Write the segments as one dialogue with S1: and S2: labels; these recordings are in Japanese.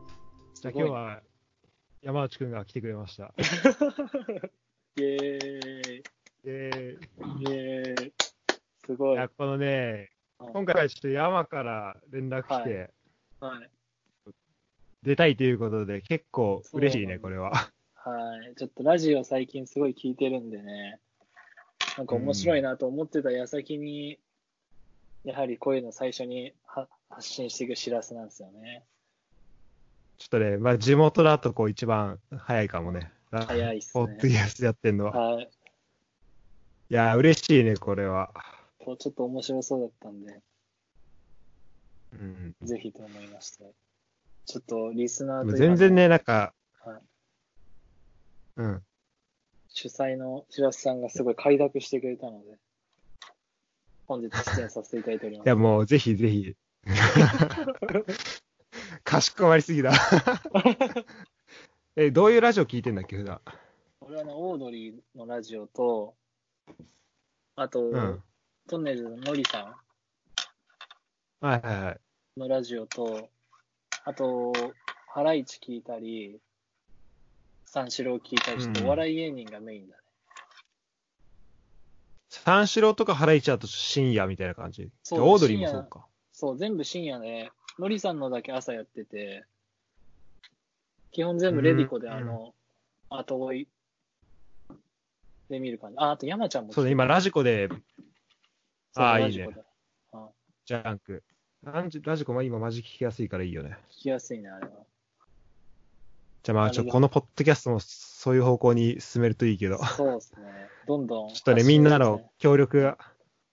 S1: あ
S2: すご
S1: 今
S2: い
S1: 日は山内くんが来てくれま した。
S2: イエーイ。
S1: で、
S2: イエーイ。す
S1: い
S2: ごい。は
S1: や
S2: い。
S1: このね、今回ちょっと山から連絡来て、出たいということで、結構嬉しいね、
S2: そ
S1: こ
S2: う
S1: れは。
S2: はい。ちょっとラジオ最近すごい聞いてるんでね、なんか面白いなと思ってた矢先に、やはりこういうの最初には発信していく知らせなんですよね。
S1: ちょっとね、まあ、地元だとこう一番早いかもね。
S2: 早いっす
S1: ポ
S2: ね
S1: ッドキャストやってんのは。
S2: はい。
S1: いや、嬉しいね、これは。
S2: こうちょっと面白そうだったんで、
S1: うん、
S2: ぜひと思いまして。ちょっとリスナーと今の
S1: 全然、ね、なんか、
S2: はい
S1: うん。
S2: 主催の白洲さんがすごい快諾してくれたので、本日出演させていただいておりま
S1: い
S2: す
S1: や、。もうぜひぜ ひ。かしこまりすぎだ。 え、どういうラジオ聞いてんだっけ、普段。
S2: 俺はね、オードリーのラジオと、あと、
S1: うん。
S2: トンネルズのノリさ
S1: はいはいはい。
S2: んのラジオと、あと、ハライチ聞いたり、三四郎聞いたりし
S1: う
S2: て、
S1: ん
S2: お笑い芸人がメインだね。
S1: 三四郎とかハライチだと深夜みたいな感じ。
S2: そう
S1: でオードリーもそうか。
S2: そう、全部深夜で、ノリさんのだけ朝やってて、基本全部レディコで、
S1: うん
S2: あの、後追いで見る感じ。あ、あと山ちゃんも
S1: そうね、今ラジコで、ああー、いい
S2: ラ
S1: ね
S2: ジ。コで
S1: ジャンク。ラジラジコも今マジ聞きやすいからいいよね。
S2: 聞きやすいね、あれは。
S1: じゃあまあ、ち
S2: あ
S1: ょ、
S2: りがと
S1: こ
S2: う
S1: のポッドキャストもそういう方向に進めるといいけ ど。ちょ
S2: そうですね。どんどん。
S1: っとね、みんな
S2: 発信
S1: の協力が、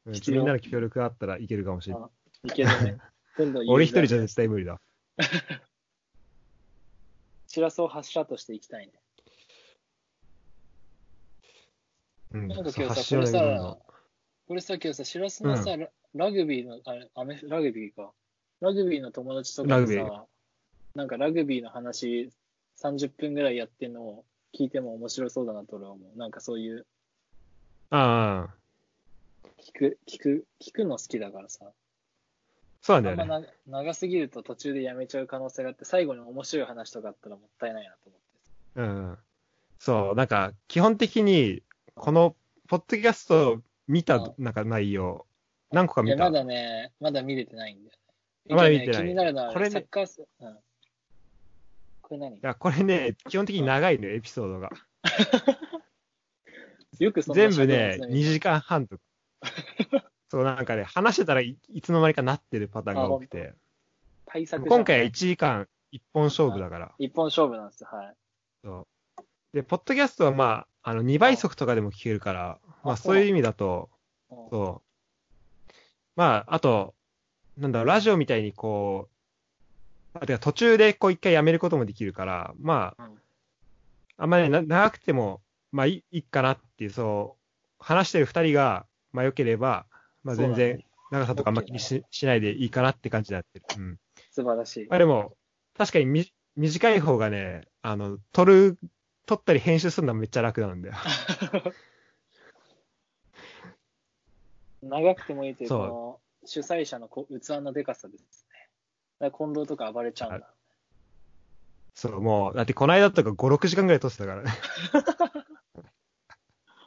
S1: うん
S2: 必要
S1: みんなの協力があったらいけるかもしれない。
S2: してねい けるね。どんどん
S1: 俺一人じゃ
S2: ゃ。
S1: 絶対無理だ。
S2: しらすを発射としていきたいね。
S1: うん。
S2: な
S1: そ
S2: んか
S1: う
S2: 今日
S1: 発
S2: さ、
S1: 信は
S2: これ
S1: できる
S2: さ
S1: の。、
S2: これさ、今日さ、しらすのさ、ララグビーの、あれ、アメ、ラグビーか。ラグビーの友達とか
S1: ラ
S2: に
S1: グビー
S2: さ、なんかラグビーの話30分ぐらいやってんのを聞いても面白そうだなと俺は思う。なんかそういう、
S1: ああ、
S2: 聞く、聞く、聞くの好きだからさ。
S1: そう
S2: あ
S1: なん
S2: ん
S1: だ
S2: ま
S1: よね。
S2: な長すぎると途中でやめちゃう可能性があって、最後に面白い話とかあったらもったいないなと思って。
S1: うん。そう、なんか、基本的に、このポッドキャスト見た
S2: うん、
S1: なんか内容、何個か
S2: い
S1: 見
S2: や、
S1: た。
S2: まだね、まだ見れてないんだよね。
S1: まだ見
S2: 今
S1: てない
S2: ね気になるのは、
S1: これね
S2: サッカーす、うん。これ何
S1: いや、これね、基本的に長いのよ、エピソードが。
S2: よくそんな
S1: 全部ね
S2: 喋、る
S1: 2時間半 とか。そう、なんかね、話してたらいいつの間にかなってるパターンが多くて。
S2: 対策じゃん
S1: 今回は1時間1本勝負だから。
S2: 一本勝負なんですよ、はい。
S1: そうで、ポッドキャストはまあ、あの2倍速とかでも聞けるから、まあ
S2: そ
S1: そうういう意味だと、
S2: うん
S1: そう。まあ、あと、なんだろう、ラジオみたいにこう、あてか途中でこう一回やめることもできるから、まあ、
S2: うん
S1: あんまり、ね、な長くても、まあいいいいかなっていう、そう、話してる二人が、まあ良ければ、まあ
S2: そうだ
S1: 全
S2: ね
S1: 然長さとかあんま気にし,、しないでいいかなって感じになってる。うん。
S2: 素晴らしい。
S1: まあでも、確かにみ短い方がね、あの、撮る、撮ったり編集するのはめっちゃ楽なんだよ。
S2: 長くてもいいという、
S1: そう
S2: この主催者のこう器のでかさですね。だから近藤とか暴れちゃうんだ。
S1: そう、もう、だってこの間とか5、6時間ぐらい撮ってたからね。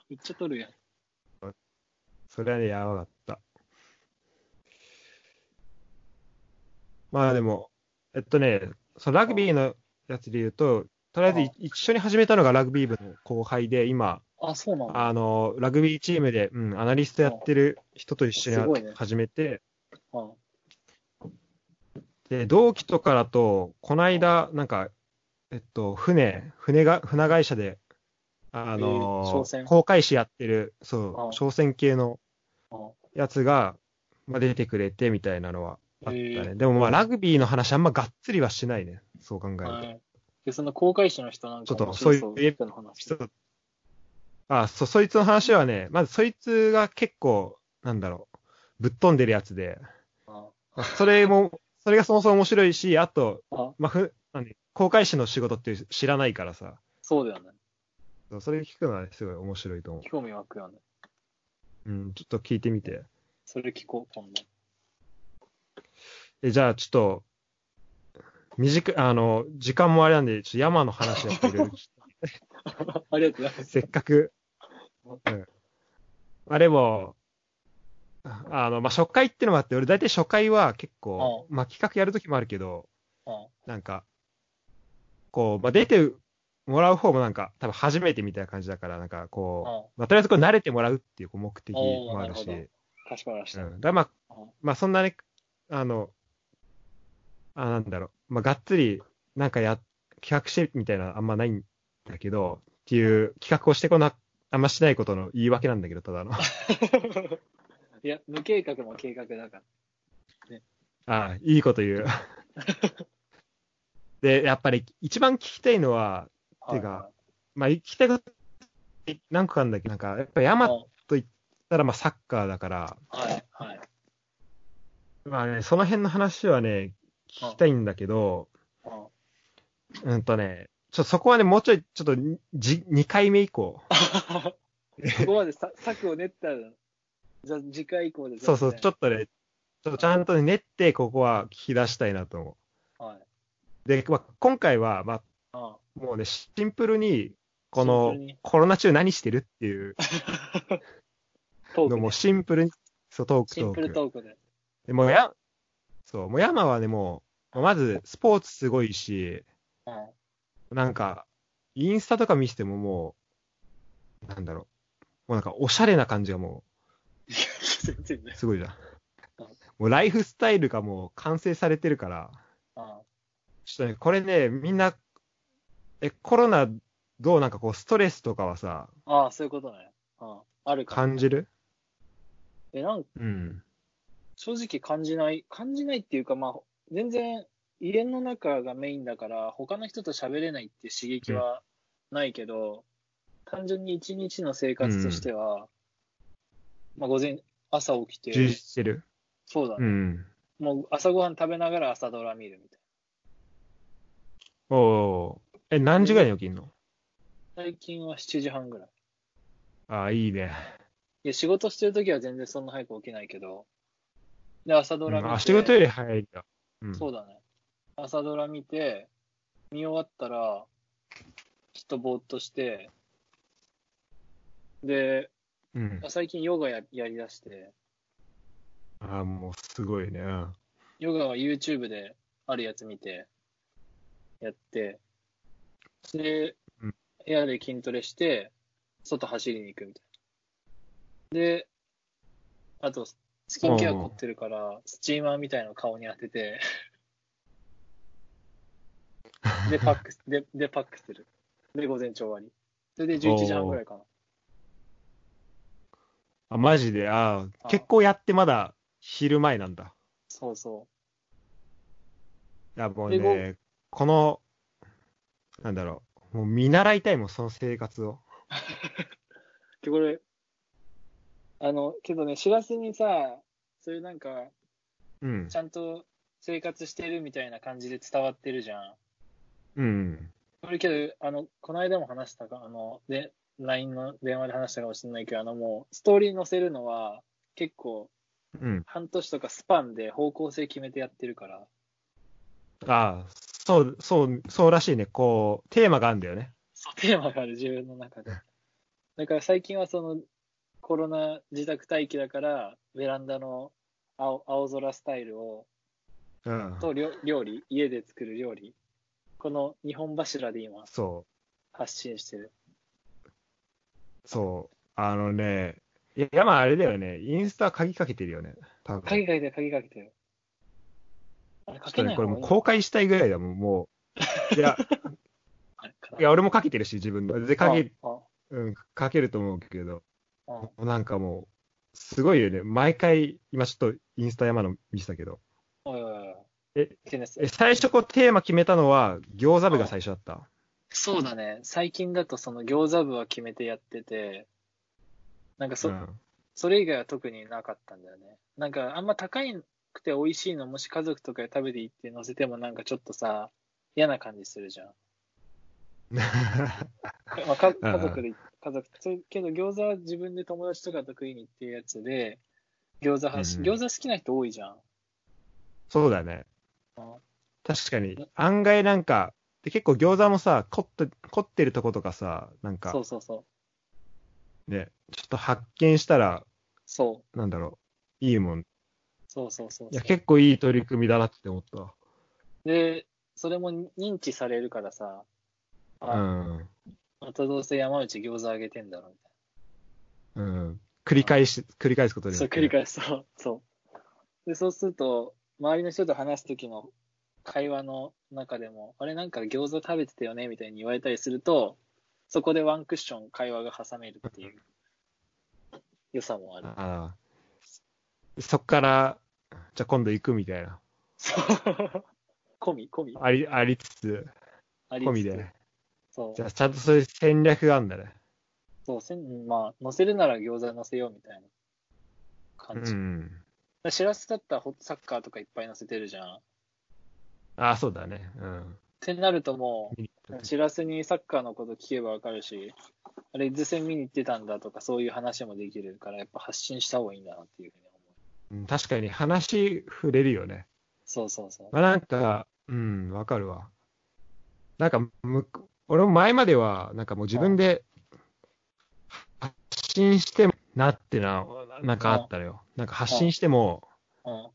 S2: めっちゃ取るやん。
S1: それはね、やばかった。まあでも、えっとね、そのラグビーのやつで言うと、とりあえずい一緒に始めたのがラグビー部の後輩で、今、
S2: あ、そうなんだ。
S1: あの、ラグビーチームで、うん、アナリストやってる人と一緒
S2: すごい
S1: に
S2: ね
S1: 始めて、
S2: うん
S1: で、同期とかだと、この間、なんか、えっと、船、船が、船会社で、あの
S2: えー商船
S1: 航海士やってる、そ
S2: あ
S1: う、商船系の
S2: うん
S1: やつが、まあ、出てくれて、みたいなのはあったね。
S2: えー
S1: でも、まあ、ラグビーの話あんまがっつりはしないね。そう考えると。
S2: はいで、その公開者の人なんか
S1: ちょっと
S2: 面白
S1: そういう
S2: 人の話
S1: 人あ、そ、そいつの話はね、まずそいつが結構、なんだろう、ぶっ飛んでるやつで、
S2: うん
S1: まあそれ も、それがそもそも面白いし、あと、
S2: あ、
S1: まあ、ふ、なんで、航海士の仕事って知らないからさ、
S2: そうだよね。
S1: そうそれ聞くのはすごい面白いと思
S2: 興味湧くよね。
S1: う。うん、ちょっと聞いてみて。
S2: それ聞こう、今度。
S1: えじゃあ、ちょっと、短い、あの、時間もあれなんで、ちょっと山の話をしてる。
S2: ありがとうございます。
S1: せっかく。うん。まあでも、あの、まあ、初回ってのもあって、俺大体初回は結構、まあ、企画やるときもあるけど、
S2: うん
S1: なんか、こう、まあ、出てもらう方もなんか、多分初めてみたいな感じだから、なんかこう、まあ、とりあえずこれ慣れてもらうっていうこう目的もあるし、
S2: おーなるかしこまりまし
S1: う
S2: た。
S1: ん。だからまあ
S2: うん、
S1: まあ、そんなね、あの、あなんだろう、まあ、がっつり、なんかや、企画してみたいなのあんまないんだけど、っていう企画をしてこな、あんましないことの言い訳なんだけど、ただの。あ
S2: いや、無計画も計画だから。
S1: あ、いいこと言う。で、やっぱり一番聞きたいのは、ていうか
S2: は
S1: まあ、聞きたいこと何個かあるんだけど、なんか、やっぱ
S2: い
S1: 山
S2: はい
S1: と言ったら、まあ、サッカーだから、
S2: はい、はい。
S1: まあね、その辺の話はね、聞きたいんだけど、
S2: うん
S1: うんとね、ちょっとそこはね、もうちょい、ちょっとに、じ、2回目以降。
S2: そこまでさ策を練ったら、じゃあ次回以降で。
S1: そうそう、ちょ
S2: っ
S1: っとね、ちょっとちゃんとね練って、ここは聞き出したいなと思
S2: と。はい。
S1: う。で、まあ、今回は、まあ、
S2: あ
S1: もうね、シンプルに、こ
S2: シ
S1: の
S2: ンプルに、
S1: コロナ中何してるっていう
S2: トーク
S1: の
S2: で
S1: もシンプルに、そう、トーク
S2: シン
S1: ト
S2: プ
S1: ー
S2: ル
S1: ク。
S2: トークで。
S1: でもうや、そう、もう山はね、もう、まあまず、スポーツすごいし、
S2: うん
S1: なんか、インスタとか見せてももう、なんだろう、もうなんか、おしゃれな感じがも
S2: 全然ね
S1: う、。すごいじゃん
S2: うん。
S1: もう、ライフスタイルがもう、完成されてるから、
S2: あ
S1: ちょっとね、これね、みんな、え、コロナ、どうなんかこう、ストレスとかはさ、
S2: ああ、そういうことね。うんあるから。
S1: 感じる
S2: え、なん
S1: うん。
S2: 正直感じない、感じないっていうか、まあ、全然家の中がメインだから、他の人と喋れないっていう刺激はないけど、単純に一日の生活としては、まあ、午前、朝起きて、
S1: 充実してる。
S2: そうだ
S1: う
S2: ね、
S1: ん。
S2: もう朝ごはん食べながら朝ドラ見るみたい
S1: おお。え、何時ぐらいに起きんの
S2: な。最近は7時半ぐらい。
S1: ああ、いいね。
S2: いや仕事してるときは全然そんな早く起きないけど、で、朝ド
S1: うん、
S2: ラ見て、
S1: あ、仕事より早いんだ。うん。
S2: そうだね。朝ドラ見て、見終わったら、ちょっとぼーっとして、で、
S1: うん。
S2: 最近ヨガややりだして、
S1: ああ、もう、すごいね。うん
S2: ヨガは YouTube であるやつ見て、やって、で
S1: うん、
S2: 部屋で筋トレして、外走りに行くみたいな。で、あと、スキンケア凝ってるから、スチーマーみたいなの顔に当てて、 で、パック、で、で、パックする。で、午前中終わり。それで11時半ぐらいかな。
S1: あ、マジで。あ
S2: あ
S1: あ、結構やってまだ、昼前なんだ。
S2: そうそ
S1: いや、もう
S2: で
S1: ね、この、なんだろう。もう、見習いたいもん、その生活を。
S2: う。で、これ、あの、けどね、知らせにさ、そういうなんか、
S1: うん
S2: ち。ゃんと生活してるみたいな感じで伝わってるじゃん。
S1: うん。
S2: これけど、あの、この間も話したか、あの、で、LINE の電話で話したかもしれないけど、あのもう、ストーリー載せるのは、結構、
S1: うん。
S2: 半年とかスパンで方向性決めてやってるから、
S1: ああ、そう、そう、そうらしいね。こう、テーマがあるんだよね。
S2: そう、テーマがある、自分の中で。だから最近はその、コロナ自宅待機だから、ベランダの青青空スタイルを、
S1: うん。
S2: と料料理、家で作る料理、この日本柱で今、
S1: そ
S2: 発信してる。
S1: う、そう。あのね、いや、山あれだよね。インスタ鍵かけてるよね。多分
S2: 鍵かけてる、鍵かけてる。あれ、か
S1: ちょ
S2: け
S1: っと
S2: な
S1: ね、これも
S2: い方がいうい
S1: 公開したいぐらいだもん、もう。い や、
S2: あれかない
S1: や、俺もかけてるし、自分の。で、かけ、
S2: ああ
S1: うん、かけると思うけど、
S2: あ
S1: なんかもう、すごいよね。毎回、今ちょっとインスタ山の見てたけど。
S2: おいおいおい。
S1: え
S2: いけないっす
S1: え、最初こうテーマ決めたのは、餃子部が最初だった。
S2: そうだね。最近だとその餃子部は決めてやってて、なんかそ、
S1: うん。
S2: それ以外は特になかったんだよね。なんかあんま高いくて美味しいのもし家族とかで食べていいって乗せてもなんかちょっとさ、嫌な感じするじゃん。まあ、か家族で、家族それけど餃子は自分で友達とかと食いに行ってるやつで、餃子発信、
S1: うん
S2: 餃子好きな人多いじゃん。
S1: そうだね
S2: あ。
S1: 確かに。案外なんか、で結構餃子もさ、凝って、凝ってるとことかさ、なんか
S2: そう、そうそう。
S1: ね、ちょっと発見したら、
S2: そう。
S1: なんだろう、いいもん。い
S2: そうそうそう
S1: や、
S2: そう。
S1: 結構いい取り組みだなって思ったわ。
S2: で、それも認知されるからさ、
S1: う
S2: あ、
S1: ん。
S2: またどうせ山内餃子あげてんだろ、みたい
S1: うん。繰り返し、繰り返すこと
S2: な。
S1: に
S2: そ
S1: よっ
S2: う、
S1: て。
S2: 繰り返す。そう、そう。で、そうすると、周りの人と話すときの会話の中でも、あれなんか餃子食べてたよね、みたいに言われたりすると、そこでワンクッション会話が挟めるっていう良さもある。
S1: ああ。そっから、じゃあ今度行くみたいな。
S2: そう。 込み、込み。
S1: あり、ありつつ、
S2: ありつつ
S1: 込みで。
S2: そう
S1: じ。ゃあちゃんとそういう戦略があるんだね。
S2: そう、せんまあ、乗せるなら餃子乗せようみたいな感じ。
S1: うん。
S2: しらすだったらホットサッカーとかいっぱい乗せてるじゃん。っ
S1: ああ、そうだね。うん。
S2: てなるとも
S1: 見に行った
S2: う、
S1: 時
S2: しらすにサッカーのこと聞けばわかるし、あれ、伊豆戦見に行ってたんだとか、そういう話もできるから、やっぱ発信した方がいいんだなっていうふうに思う。
S1: うん確かに話触れるよね。
S2: そうそうそう。
S1: まあ、なんか、うん、わかるわ。なんかむ、俺も前までは、なんかもう自分で発信してもなってな、なんかあったのよ。なんか発信しても、
S2: うん。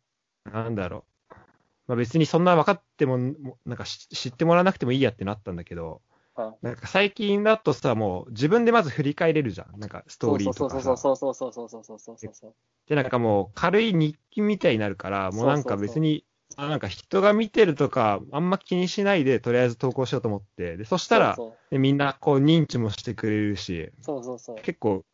S1: なんだろう。まあ、別にそんな分かっても、もなんかし知ってもらわなくてもいいやってなったんだけど、
S2: うん
S1: なんか最近だとさ、もう自分でまず振り返れるじゃん。なんかスト
S2: そ
S1: ー
S2: う
S1: リ
S2: そ
S1: ー
S2: うそ
S1: と
S2: う
S1: か
S2: そうそう
S1: さ。
S2: そうそうそうそうそうそうそう。
S1: で、なんかもう軽い日記みたいになるから、もうなんか別に、あなんか人が見てるとか、あんま気にしないで、とりあえず投稿しようと思って。で、そしたら、
S2: そう
S1: でみんなこう認知もしてくれるし、
S2: そうそうそう。
S1: 結構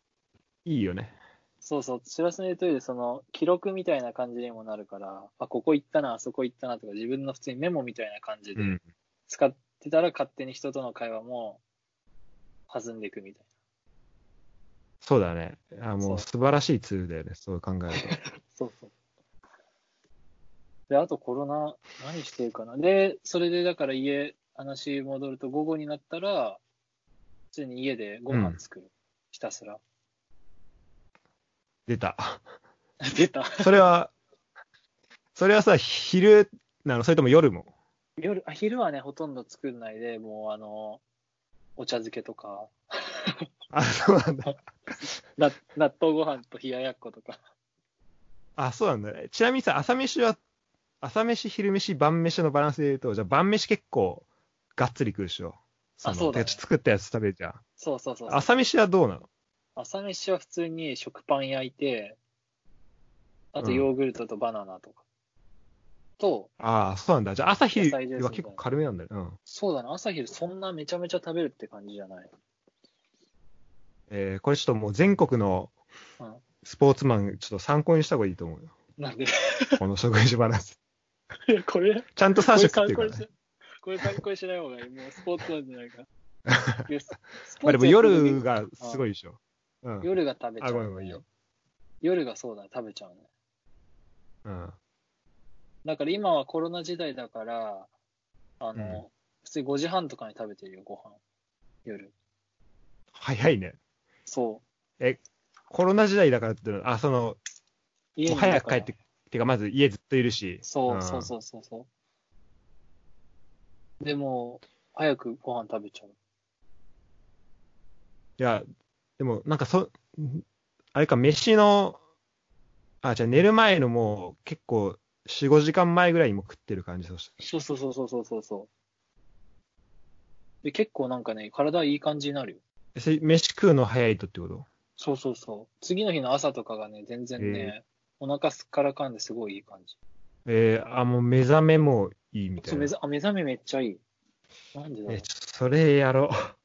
S1: いいよね。
S2: そうそう、知らせの言う通りで、その、記録みたいな感じにもなるから、あ、ここ行ったな、あそこ行ったなとか、自分の普通にメモみたいな感じ
S1: う
S2: で
S1: ん。
S2: 使ってたら、勝手に人との会話も弾んでいくみたい
S1: そうだね。あ
S2: そ
S1: も
S2: う
S1: う素晴らしいツールだよね、そう考えると。
S2: な。そうそう。で、あとコロナ、何してるかな。で、それでだから家、話戻ると、午後になったら、普通に家でご飯作る。ひたすら。
S1: 出た。
S2: 出た。
S1: それは、それはさ、昼なのそれとも夜も
S2: 夜、あ、昼はね、ほとんど作んないで、もうあの、お茶漬けとか、
S1: あ、そうなんだ。
S2: な納豆ご飯と冷ややっことか。
S1: あ、そうなんだ。ちなみにさ、朝飯は、朝飯、昼飯、晩飯のバランスで言うと、じゃあ晩飯結構、がっつり食うでしょ。
S2: あそうだ
S1: てか
S2: ね
S1: ちょっと作ったやつ食べるじゃん。
S2: そうそうそうそう。
S1: 朝飯はどうなの
S2: 朝飯は普通に食パン焼いて、あとヨーグルトとバナナとか。と、
S1: ああ、そうなんだ。じゃあ朝
S2: 野
S1: 日は
S2: 菜ジュースみたいな
S1: 結構軽めなんだね。うん。
S2: そうだな、朝昼そんなめちゃめちゃ食べるって感じじゃない。
S1: えーこれちょっともう全国の
S2: うん
S1: スポーツマン、ちょっと参考にした方がいいと思うよ。
S2: なんで、
S1: この食事バランス。
S2: いやこれ、
S1: ちゃんと
S2: こ
S1: 3
S2: れ
S1: 食食っ
S2: 参
S1: てるか
S2: 考
S1: ら、
S2: にし
S1: ね。、
S2: これ参考にしない方がいい。もうスポーツなんじゃな いか。いやススポ
S1: まあ
S2: ー
S1: でも
S2: ツやってる時
S1: 夜がすごいでしょ。うん。
S2: 夜が食べちゃ
S1: あ、
S2: う、
S1: ごめんごめん、いいよ。
S2: 夜がそうだね、食べちゃうね。
S1: うん。
S2: だから今はコロナ時代だから、あの、
S1: うん
S2: 普通に5時半とかに食べてるよ、ご飯。夜。
S1: 早いね。
S2: そう。
S1: コロナ時代だからっていうのは、あ、その、
S2: 家にいたから
S1: 早く帰って、てかまず家ずっといるし。
S2: そう、
S1: ん
S2: そうそうそうそう。でも、早くご飯食べちゃう。
S1: いや、でもなんかそ、あれか、飯の、あ、じゃあ寝る前のもう結構4、5時間前ぐらいにも食ってる感じそしたら
S2: そうそうそうそうそうそうそう。で、結構なんかね、体いい感じになるよ。
S1: えそれ飯食うの早いとってこと
S2: そうそうそう。次の日の朝とかがね、全然ね、お腹すっからかんですごいいい感じ。
S1: えー、あ、もう目覚めもいいみた
S2: そ
S1: いうな。
S2: 目ざあ目覚めめっちゃいい。なんでだろ
S1: え、ちょっとそれやろう。だか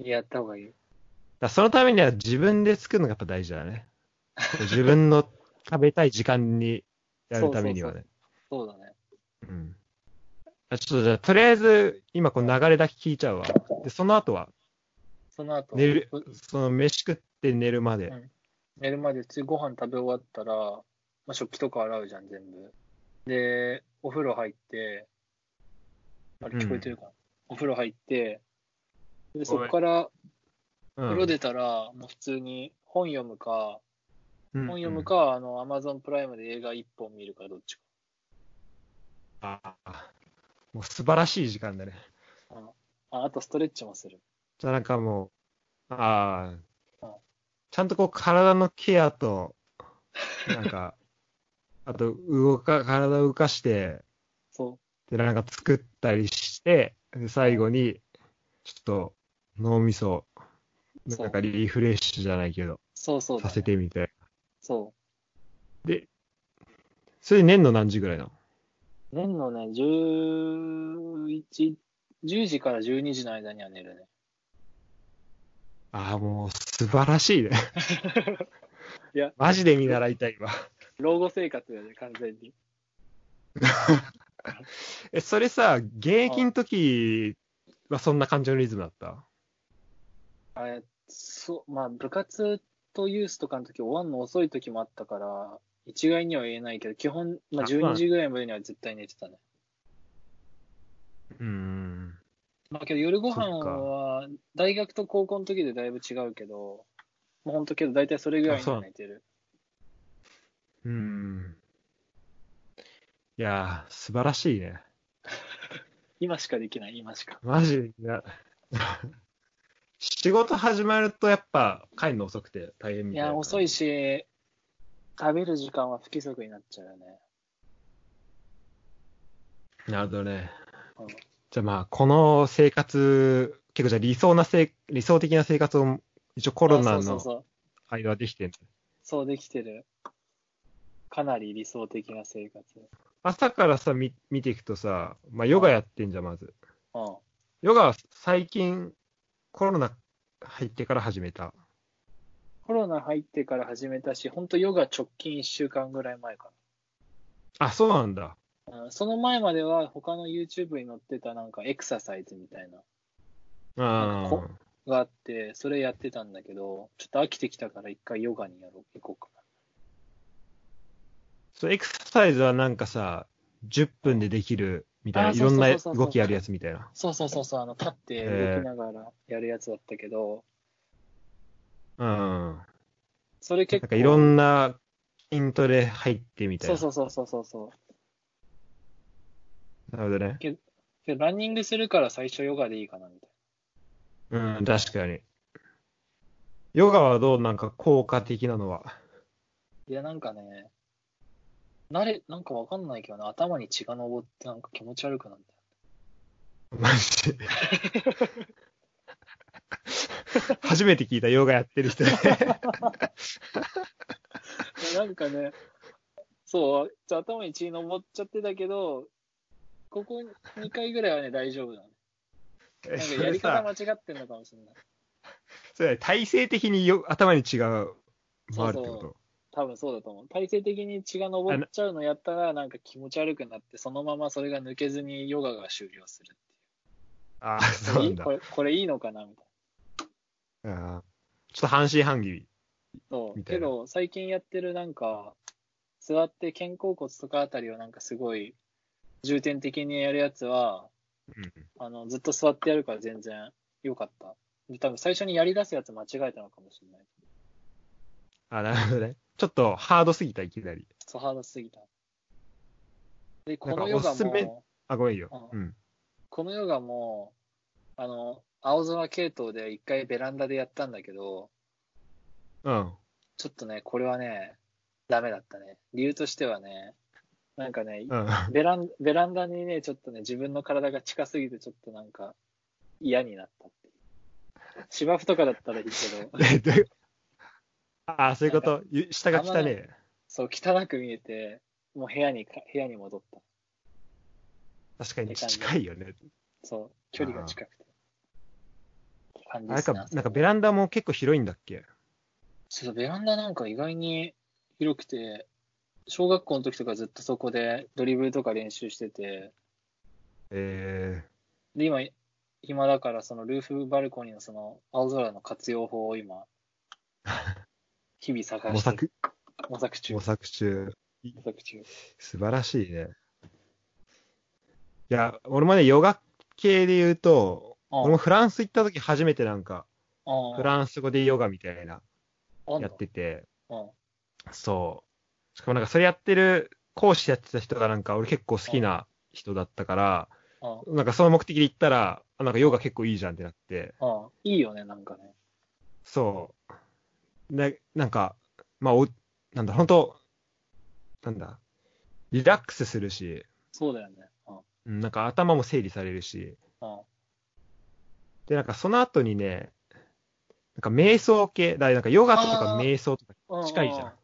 S2: う。やった方がいい。
S1: らそのためには自分で作るのがやっぱ大事だね。自分の食べたい時間にやるためにはね。
S2: そうだね。
S1: うん。あちょっとじゃあ、とりあえず、今この流れだけ聞いちゃうわ。で、その後は、
S2: その後、
S1: 寝る
S2: う、
S1: その飯食って寝るまで。
S2: 寝るまで普通にご飯食べ終わったら、まあ、食器とか洗うじゃん、全部。で、お風呂入って、あれ聞こえてるかな、お風呂入って、で、そこから
S1: うん
S2: 風呂出たら、もう普通に本読むか、
S1: うん
S2: 本読む。か、あの、アマゾンプライムで映画一本見るか、どっちか。
S1: ああもう素晴らしい時間だね。
S2: あ、あとストレッチもする。
S1: じゃあなんかもう、ああ
S2: うん、
S1: ちゃんとこう体のケアと、なん か、あと動か、体を動かして、
S2: そ
S1: で、なんか作ったりして、で最後に、ちょっと脳みそ、
S2: そう
S1: なんかリフレッシュじゃないけど、
S2: う、そうそうだね、
S1: させてみて。
S2: そ
S1: それ年の何時ぐらいなの
S2: う。年のね、11、10時から12時の間には寝るね。
S1: ああ、もう素晴らしいね。
S2: いや、
S1: マジで見習いたいわ。
S2: 老後生活だよね、完全に。
S1: え、それさ、現役の時はそんな感じのリズムだった
S2: あれ、そう、まあ、部活とユースとかの時、終わんの遅い時もあったから、一概には言えないけど、基本、
S1: あ
S2: まあ、
S1: ま
S2: 12
S1: あ
S2: 時ぐらいまでには絶対寝てたね。
S1: うーん。
S2: まあ、けど夜ご飯
S1: そっか
S2: は、大学と高校の時でだいぶ違うけど、もう本当けど、大体それぐらいには寝てる。
S1: うーん。いやー、素晴らしいね。
S2: 今しかできない、今しか。
S1: マジで見習い。仕事始まるとやっぱ帰るの遅くて大変
S2: い
S1: みたいな。
S2: や、遅い。し、食べる時間は不規則になっちゃうよね。
S1: なるほどね。
S2: うん
S1: じゃあまあ、この生活、結構じゃあ理想なせい、理想的な生活を一応コロナ
S2: あそうそう
S1: の
S2: そう。
S1: 間はできてる。
S2: そうできてる。かなり理想的な生活。
S1: 朝からさ、み見ていくとさ、まあヨガやってんじゃん、まず。
S2: うん。
S1: ヨガは最近、コロナ入ってから始めた。
S2: コロナ入ってから始めたし、本当ヨガ直近1週間ぐらい前か
S1: あ、そうなんだ。
S2: な。うんその前までは他の YouTube に載ってたなんかエクササイズみたいなの
S1: あ
S2: こがあって、それやってたんだけど、ちょっと飽きてきたから一回ヨガにやろう、行こうか
S1: そうエクササイズはなんかさ、10分でできるみたいな、
S2: あ
S1: いろん
S2: そう
S1: な
S2: そうそうそう
S1: 動きやるやつみたいな
S2: な。。そうそうそうそう、あの、立って動きながらやるやつだったけど、
S1: うん。な
S2: それ
S1: ん
S2: 結構。
S1: かいろんな筋トレ入ってみたい
S2: そ
S1: な。
S2: うそうそうそうそうそう。
S1: なるほどね。
S2: けどランニングするから最初ヨガでいいかなみたい
S1: うん、確かに。ヨガはどうなんか効果的なのは。
S2: な。いや、なんかね、慣れ、なんかわかんないけどね、頭に血が上ってなんか気持ち悪くなった。
S1: マジ で。初めて聞いたヨガやってる人ね。
S2: いやなんかね、そう、ちょ頭に血上っちゃってたけど、ここ2回ぐらいはね、大丈夫だね。
S1: え
S2: なん
S1: そ
S2: かや
S1: れ
S2: り方
S1: さ
S2: 間違ってんのかもしれない。
S1: それ体制的によ頭に違う回るってこと
S2: そう多分そうだと思う。体勢的に血が上っちゃうのやったら、なんか気持ち悪くなって、そのままそれが抜けずにヨガが終了する
S1: ああ、
S2: っていう。
S1: そうなんだ
S2: こ。れこれいいのかなみたいな。
S1: あーちょっと半信半疑。
S2: そう。
S1: みたい
S2: け
S1: な
S2: ど、最近やってるなんか、座って肩甲骨とかあたりをなんかすごい重点的にやるやつは、
S1: うん、
S2: あの、ずっと座ってやるから全然良かった。で、多分最初にやり出すやつ間違えたのかもしれない。
S1: あなるほどね。ちょっとハードすぎた、いきなり。
S2: そう、ハードすぎた。で、こ
S1: なんか
S2: のヨガ
S1: おすすめ
S2: も、
S1: あ、ごめんよ。
S2: あ
S1: うん。
S2: このヨガも、あの、青空系統で一回ベランダでやったんだけど、
S1: うん。
S2: ちょっとね、これはね、ダメだったね。理由としてはね、なんかね、
S1: うん。
S2: ベランベランダにね、ちょっとね、自分の体が近すぎて、ちょっとなんか、嫌になったっていう。芝生とかだったらいいけど、
S1: えどういうああ、そういうこと。ゆ下が汚ね
S2: そう、汚く見えて、もう部屋にか、部屋に戻った。
S1: 確かに
S2: って感じ
S1: 近いよね。
S2: そう、距離が近くて。って感じ
S1: あ
S2: で
S1: れ
S2: す
S1: か、
S2: ね。
S1: なんかベランダも結構広いんだっけ
S2: そう、ベランダなんか意外に広くて、小学校の時とかずっとそこでドリブルとか練習してて、
S1: え
S2: で、今、暇だから、そのルーフバルコニーのその青空の活用法 を今、日々
S1: ー、
S2: 探
S1: 模
S2: して
S1: 索、
S2: 模索中
S1: 模。索中。
S2: 模索中。
S1: 素晴らしいね。いや、俺もね、ヨガ系で言うと、
S2: あ
S1: 俺もフランス行った時初めてなんか、
S2: あ
S1: フランス語でヨガみたいな、
S2: あん
S1: や
S2: だ
S1: ってて、
S2: うん。
S1: そう。しかもなんかそれやってる講師やってた人がなんか俺結構好きな人だったから、
S2: あ
S1: なんかその目的で行ったら、あなんかヨガ結構いいじゃんってなって、
S2: あいいよね、なんかね。
S1: そう。で、なんか、まあ、おなんだ、本当なんだ、リラックスするし、
S2: そうだよね。あ
S1: うんなんか頭も整理されるし、
S2: あ
S1: で、なんかその後にね、なんか瞑想系、だからなんかヨガとか
S2: あー
S1: 瞑想とか、
S2: あ
S1: 近いじゃん
S2: あ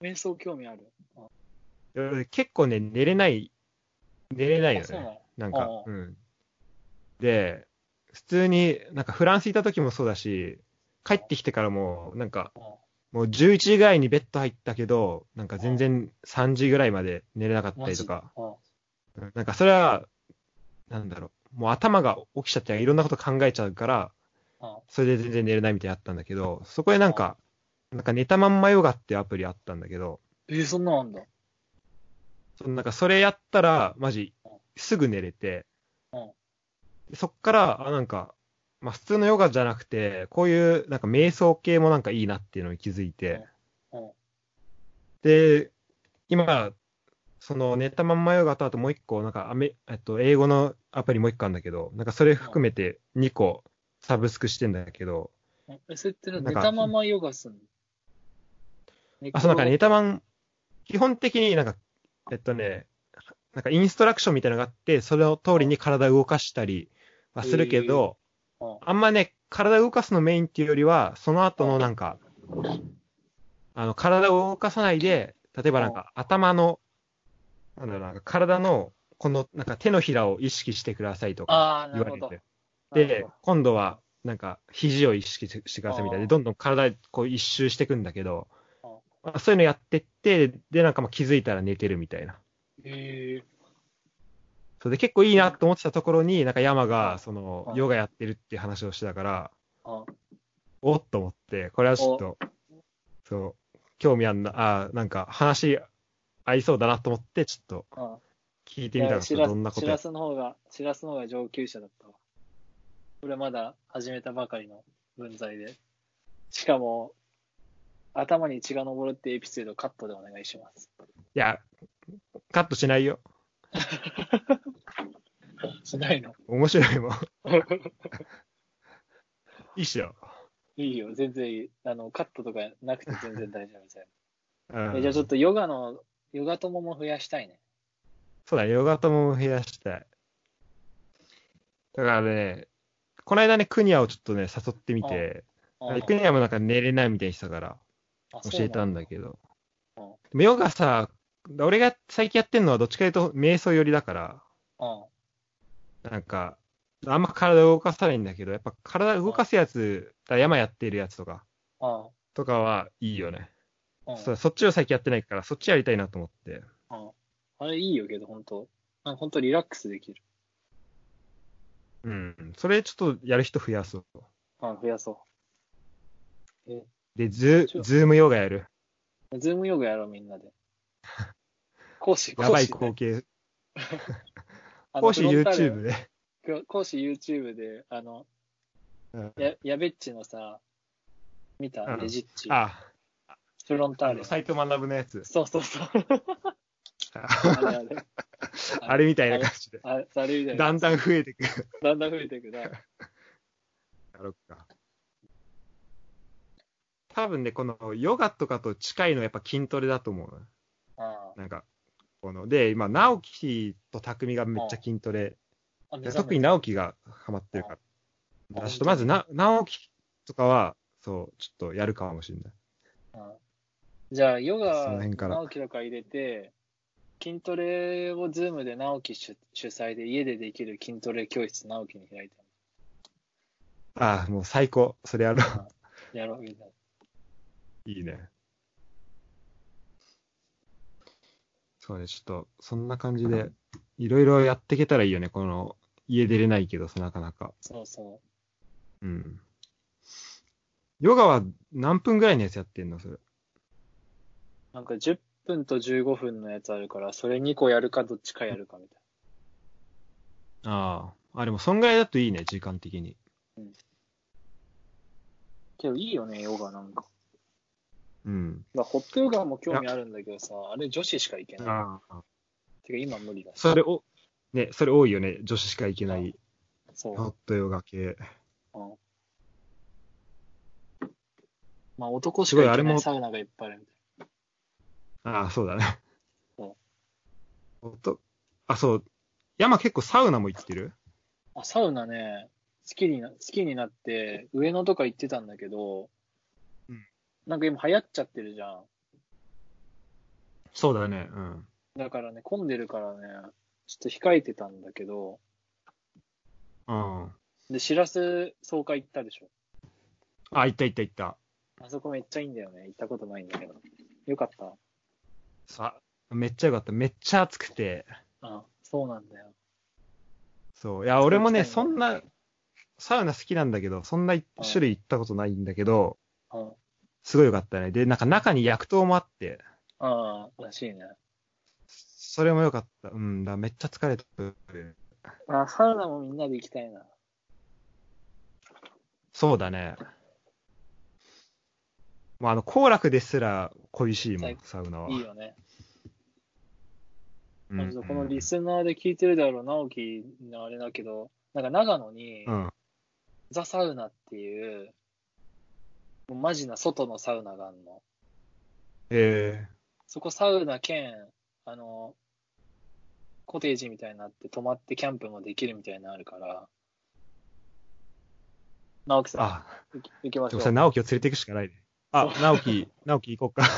S2: 瞑想興味ある。あ
S1: 俺結構ね、寝れない、寝れないよ
S2: あそうな
S1: ね。
S2: の
S1: なんか
S2: あ、ー
S1: うん。で、普通に、なんかフランスいた時もそうだし、帰ってきてからも、なんか、
S2: あ
S1: もう11時ぐらいにベッド入ったけど、なんか全然3時ぐらいまで寝れなかったりとか、
S2: あ
S1: うんなんかそれは、なんだろう、もう頭が起きちゃって、いろんなこと考えちゃうから、
S2: あ
S1: それで全然寝れないみたいなのあったんだけど、そこでなんか、なんか寝たまんまヨガっていうアプリあったんだけど、
S2: えー、そんなのあんだ。
S1: そのなんかそれやったら、マジ
S2: うん、
S1: すぐ寝れて
S2: うん、
S1: でそっから、あなんか、まあ普通のヨガじゃなくて、こういうなんか瞑想系もなんかいいなっていうのに気づいて
S2: うんうん、
S1: で、今、その寝たまんまヨガとあともう一個、なんかアメ、えっと、英語のアプリもう一個あるんだけど、なんかそれ含めて2個サブスクしてんだけど、
S2: え、それって
S1: なんか
S2: 寝たままヨガすんの
S1: あ、そうなんか
S2: 寝
S1: ネ
S2: 転
S1: タ版、基本的になんか、えっとね、なんかインストラクションみたいなのがあって、それの通りに体を動かしたりはするけど、
S2: が
S1: あんまね、体を動かすのメインっていうよりは、その後のなんか、あの、体を動かさないで、例えばなんか頭の、なんだろうな、なんか体の、この、なんか手のひらを意識してくださいとか
S2: ああ、な
S1: 言わ
S2: る
S1: れ
S2: ほど。
S1: て。
S2: なる
S1: で
S2: ほ、
S1: 今度は、なんか、肘を意識してくださいみたい
S2: あ
S1: で、
S2: ー
S1: どんどん体、こう一周していくんだけど
S2: あー、
S1: まあ、そういうのやってって、で、なんかまあ気づいたら寝てるみたいな。
S2: どえ
S1: そうで、結構いいなと思ってたところに、なんか山
S2: あ
S1: が、その
S2: あ、
S1: ヨガやってるっていう話をしてたから、
S2: ー、あ
S1: おっと思って、これはちょっと、そう、興味あんな、あーなんか話合いそうだなと思って、ちょっと
S2: あ
S1: 聞いてみたんです
S2: し
S1: よ
S2: ら
S1: どんなこ
S2: し
S1: と
S2: ら
S1: や。
S2: すの方が、しらすの方が上級者だったわ。俺まだ始めたばかりの文在で。しかも、頭に血が昇るってエピソードカットでお願いします。
S1: いや、カットしないよ。
S2: しないの
S1: 面白い もん。 いいっしょ。
S2: いいよ、全然いい。あの、カットとかなくて全然大丈夫ですよ。
S1: うん
S2: えじゃあちょっとヨガの、ヨガ友も増やしたいね。
S1: そうだね、ヨガ友も増やしたい。だからね、この間ね、クニアをちょっとね、誘ってみて、
S2: あ
S1: クニアもなんか寝れないみたいにしたから、教えたんだけど。
S2: あ
S1: でもヨガさ、俺が最近やってるのはどっちかというと瞑想寄りだから、
S2: ど。
S1: なんか、あんま体動かさないんだけど、やっぱ体動かすやつ、だから山やってるやつとか、
S2: ああ、
S1: とかはいいよね。
S2: ああ、
S1: そうそっちを最近やってないから、そっちやりたいなと思って。
S2: ああれいいよけど、本当なんか本当リラックスできる。
S1: うん。それちょっとやる人増やそう。
S2: あ増やそ
S1: で、ズ
S2: ちょ
S1: ズームヨガやる。
S2: う。ズームヨガやろう、みん なで。講師、講師、
S1: やばい光景。
S2: あの
S1: 講師
S2: フロンターレ
S1: YouTube で。
S2: 講師 YouTube で、あの、ややべっちのさ、見た、
S1: うん
S2: レジッチ、
S1: あ、
S2: フロンタ
S1: あ
S2: ーレ
S1: の、。斎藤学のやつ。
S2: そうそうそう。
S1: あ
S2: あれあれ。
S1: あれみたいな感じで。
S2: あれ、あれみたいな。
S1: だんだん増えてく。や
S2: だんだん増えていくな。
S1: ろうか。多分ね、このヨガとかと近いのはやっぱ筋トレだと思う
S2: あ
S1: な。なんか、この、で、今、直樹と匠がめっちゃ筋トレ。
S2: あ
S1: で特に直樹がハマってるか
S2: あ
S1: ら。ちょっとまずな、直樹とかは、そう、ちょっとやるかもしれない。
S2: じゃあ、ヨ
S1: その
S2: ガ、
S1: 辺から
S2: 直樹とか入れて、筋トレをズームで直樹主主催で家でできる筋トレ教室直樹に開いて
S1: ああ、もう最高。それやろう。
S2: やろうみんな。
S1: いいね。そうね、ちょっと、そんな感じで、いろいろやっていけたらいいよね。この、家出れないけど、そうなかなか。
S2: そうそ
S1: うん。ヨガは何分ぐらいのやつやってんのそれ。
S2: う。なんか10分と15分のやつあるから、それ2個やるかどっちかやるかみたい
S1: ああ。あ、でも、そんぐらいだといいね、時間的に。
S2: な。けどいいよね、ヨガなんか。
S1: うん。
S2: まあ、ホットヨガも興味あるんだけどさ、あれ女子しか行けない。
S1: ああ。
S2: てか今無理だし。
S1: それを、ね、それ多いよね。女子しか行けない。
S2: そう。
S1: ヨットヨガ系。
S2: うんまあ男し
S1: すごい
S2: か行け
S1: あれ
S2: ない
S1: も
S2: サウナがいっぱいあるみたい
S1: ああ、そうだね
S2: うん。
S1: おとあ、そう。山結構サウナも行ってる
S2: な。あ、サウナね、好きにな、好きになって、上野とか行ってたんだけど、
S1: うん
S2: なんか今流行っちゃってるじゃん。
S1: そうだね。うん。
S2: だからね、混んでるからね、ちょっと控えてたんだけど、
S1: うん。
S2: で、しらす総会行ったでしょ。
S1: あ、行った行った行った。
S2: あそこめっちゃいいんだよね。行ったことないんだけど。よかった。
S1: さ、めっちゃよかった。めっちゃ暑くて。
S2: あ、そうなんだよ。
S1: そう。いや、俺もね、
S2: そ
S1: そう
S2: 行き
S1: ん
S2: たい
S1: な、サウナ好きなんだけど、そんな種類行ったことないんだけど、
S2: うん。
S1: すごいよかったね。で、なんか中に薬湯もあって、
S2: ああ、らしいね。
S1: それもよかった。うんだ、めっちゃ疲れてる。
S2: あ、サウナもみんなで行きたいな。
S1: そうだね。まあ、あの、行楽ですら恋しいも
S2: 最
S1: ん、サウナは。
S2: いいよね。
S1: う
S2: あのこのリスナーで聞いてるだろう、直樹のあれだけど、なんか長野に、
S1: うん。
S2: ザ・サウナっていう、もうマジな外のサウナがあるの。
S1: え
S2: そこサウナ兼、あの、コテージみたいになって泊まってキャンプもできるみたいなのあるから、直樹
S1: え
S2: さん、
S1: あ、
S2: 行き行きまし
S1: で
S2: ょ
S1: もそれ、
S2: う。
S1: 直樹を連れていくしかないね。あ、直樹、直樹行こうか。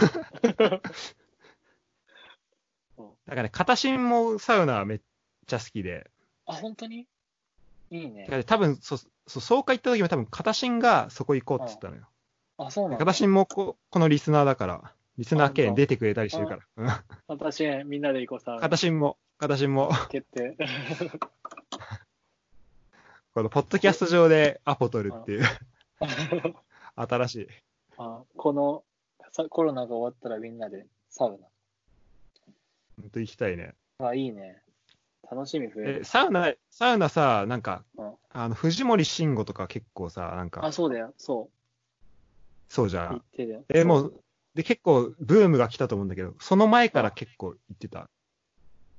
S1: だからね、片新もサウナはめっちゃ好きで、
S2: あ、本当にいいね
S1: だ。から多分、そう、そう、総会行った時も多分、片新がそこ行こうって言ったのよ。
S2: あ、そうなんだ。
S1: 片新もここのリスナーだから、リスナー
S2: あ
S1: 兼出てくれたりしてるから。
S2: 私、みんなで行こうサウ
S1: うん
S2: ナ
S1: 片新も、片新も、
S2: 決定。
S1: このポッドキャスト上でアポ取るっていう、新しい。
S2: あこのさコロナが終わったらみんなでサウ
S1: 本当行きたいね。
S2: ナ。あ、いいね。楽しみ増え
S1: え
S2: る。、
S1: サウナ、サウナさ、なんか
S2: うん、
S1: あの、藤森慎吾とか結構さ、なん
S2: あ、
S1: か、
S2: そうだよ。そ
S1: そうじ
S2: う。
S1: ゃ
S2: 行っ
S1: ん。
S2: てるよ。
S1: え、も、
S2: そう
S1: で、結構、ブームが来たと思うんだけど、その前から結構行ってた。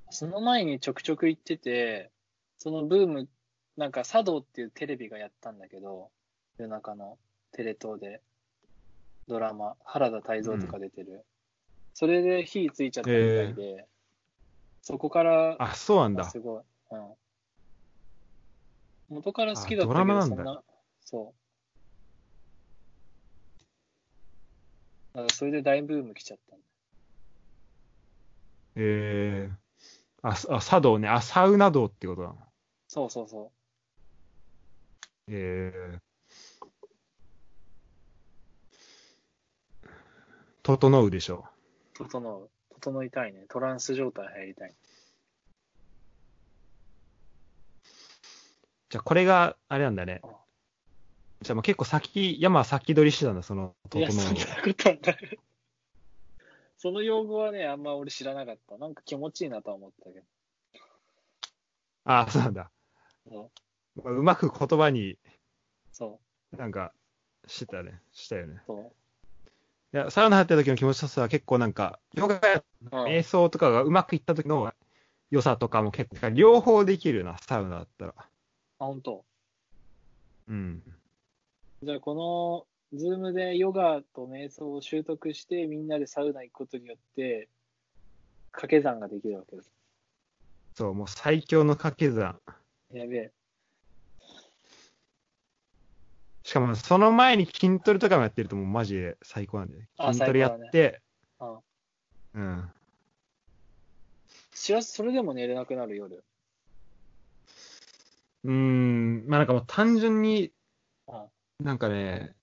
S2: その前にちょくちょく行ってて、そのブーム、なんか茶道っていうテレビがやったんだけど、夜中のテレ東で、ドラマ、原田泰造とか出てる。それで火ついちゃったみたいで、そこから
S1: あ、そうなん
S2: あ
S1: だ
S2: す。ごい。うん。元から好きだっ
S1: あド
S2: たけど、
S1: ラマなん
S2: そ
S1: だ
S2: んな、そう。だからそれで大ブーム来ちゃったんだ。
S1: えー、あ、すあ茶道ね。あ、サウナ道ってことなの。
S2: そうそうそ
S1: えー。整うでしょ。
S2: う。整う。整いたいね。トランス状態入りたい。
S1: じゃあ、これがあれなんだね。じゃあ、もう結構先、山は先取りしてたんだ、その、
S2: い
S1: 整う
S2: や、そん
S1: を
S2: なことはない。その用語はね、あんま俺知らなかった。なんか気持ちいいなとは思ったけど。
S1: あ、そうなんだ。
S2: そう。
S1: まあうまく言葉に、
S2: そ
S1: なんか、してたね。したよね
S2: う。。そ
S1: いや、サウナ入った時の気持ちよさは結構なんか、ヨガや
S2: う。
S1: 瞑想とかがうまくいった時の良さとかも結構、両方できるな、サウナだったら。
S2: あ、本当。
S1: うん。
S2: じゃあ、この、ズームでヨガと瞑想を習得して、みんなでサウナ行くことによって、掛け算ができるわけです。
S1: そう、もう最強の掛け算。
S2: やべえ。
S1: しかも、その前に筋トレとかもやってると、もうマジで最高なんで。
S2: あ
S1: 筋トレやって、
S2: 最高
S1: うん。
S2: しらす、それでも寝れなくなる夜。
S1: うーん、まあなんかもう単純に
S2: あ、
S1: なんかね、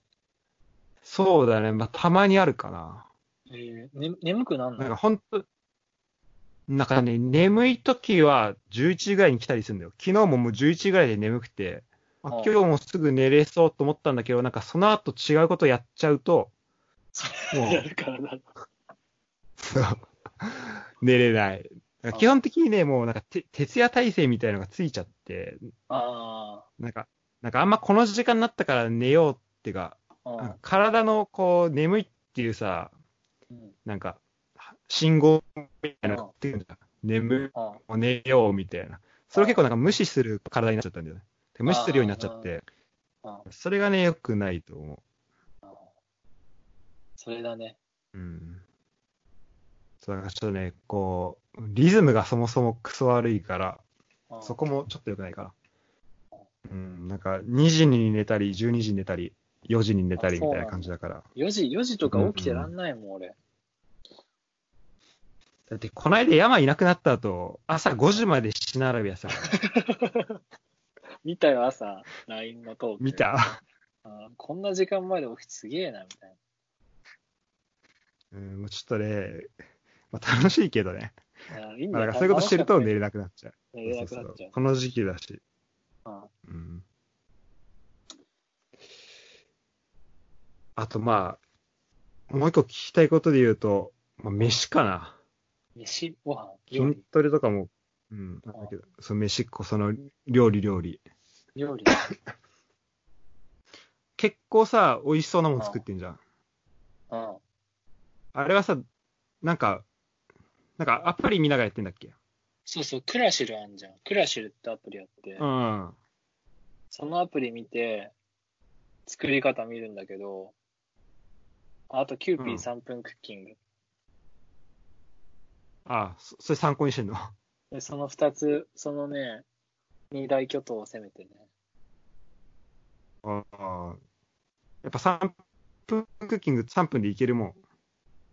S1: そうだね、まあたまにあるかな。
S2: ええね、眠くな
S1: な
S2: んなんい
S1: か本当なんかね、眠い時は11時ぐらいに来たりするんだよ。昨日ももう11時ぐらいで眠くて、あ
S2: ああ
S1: 今日もすぐ寝れそうと思ったんだけど、なんかその後違うことやっちゃう と、も
S2: や
S1: う
S2: るからだ。
S1: そう寝れない。なんか基本的にね、もうなんかて徹夜体制みたいのがついちゃって、
S2: あ
S1: なんか、なんかあんまこの時間になったから寝ようってか、
S2: あ、うん
S1: なんか体のこう眠いっていうさ、
S2: うん。
S1: なんか信号みたいなのが出てくるじゃん眠い
S2: あ
S1: 寝ようみたいな。それを結構なんか無視する体になっちゃったんだよね。てか無視するようになっちゃって
S2: ああ、
S1: それがね、良くないと思
S2: それだね。
S1: う。うん。そう、だからちょっとね、こう、リズムがそもそもクソ悪いから、
S2: うん
S1: そこもちょっと良くないかな。うん、なんか2時に寝たり、12時に寝たり、4時に寝たりみたいな感じだから。
S2: 4時、4時とか起きてらんないもん、俺。
S1: だって、こないだ山いなくなった後、朝5時まで七並びやさ、
S2: 見たよ、朝、LINE のトーク。
S1: 見た。
S2: あーこんな時間まで起きてすげえな、みたい
S1: うん、もうちょっとね、まあ、楽しいけどね。
S2: な。あーいいん
S1: ま
S2: だ
S1: あ、だから
S2: よ
S1: そういうことしてると
S2: 楽
S1: 寝
S2: し
S1: れなくなっちゃう。
S2: かったよ寝れなくな
S1: そ
S2: っ
S1: う
S2: ち
S1: そ
S2: ゃ
S1: う
S2: う。
S1: この時期だし。
S2: あ
S1: うん。あと、まあ、もう一個聞きたいことで言うと、まあ、飯かな。
S2: 飯、ご飯、料
S1: 筋
S2: 理、
S1: トレとかも、うん、なんだけど、そう、飯っこ、その、料理料理。
S2: 料理。
S1: 結構さ、美味しそうなもの作ってんじゃん。
S2: うん。
S1: あれはさ、なんか、なんかアプリ見ながらやってんだっけ
S2: そうそう、クラシルあんじゃん。クラシルってアプリあって、
S1: うん。
S2: そのアプリ見て、作り方見るんだけど、あと、キューピ
S1: うん
S2: ー3分クッキング。
S1: あそそれ参考にしてんの
S2: で、その2つ、そのね、二大巨頭を攻めてね。
S1: ああ。やっぱ3分クッキング3分でいけるもん
S2: い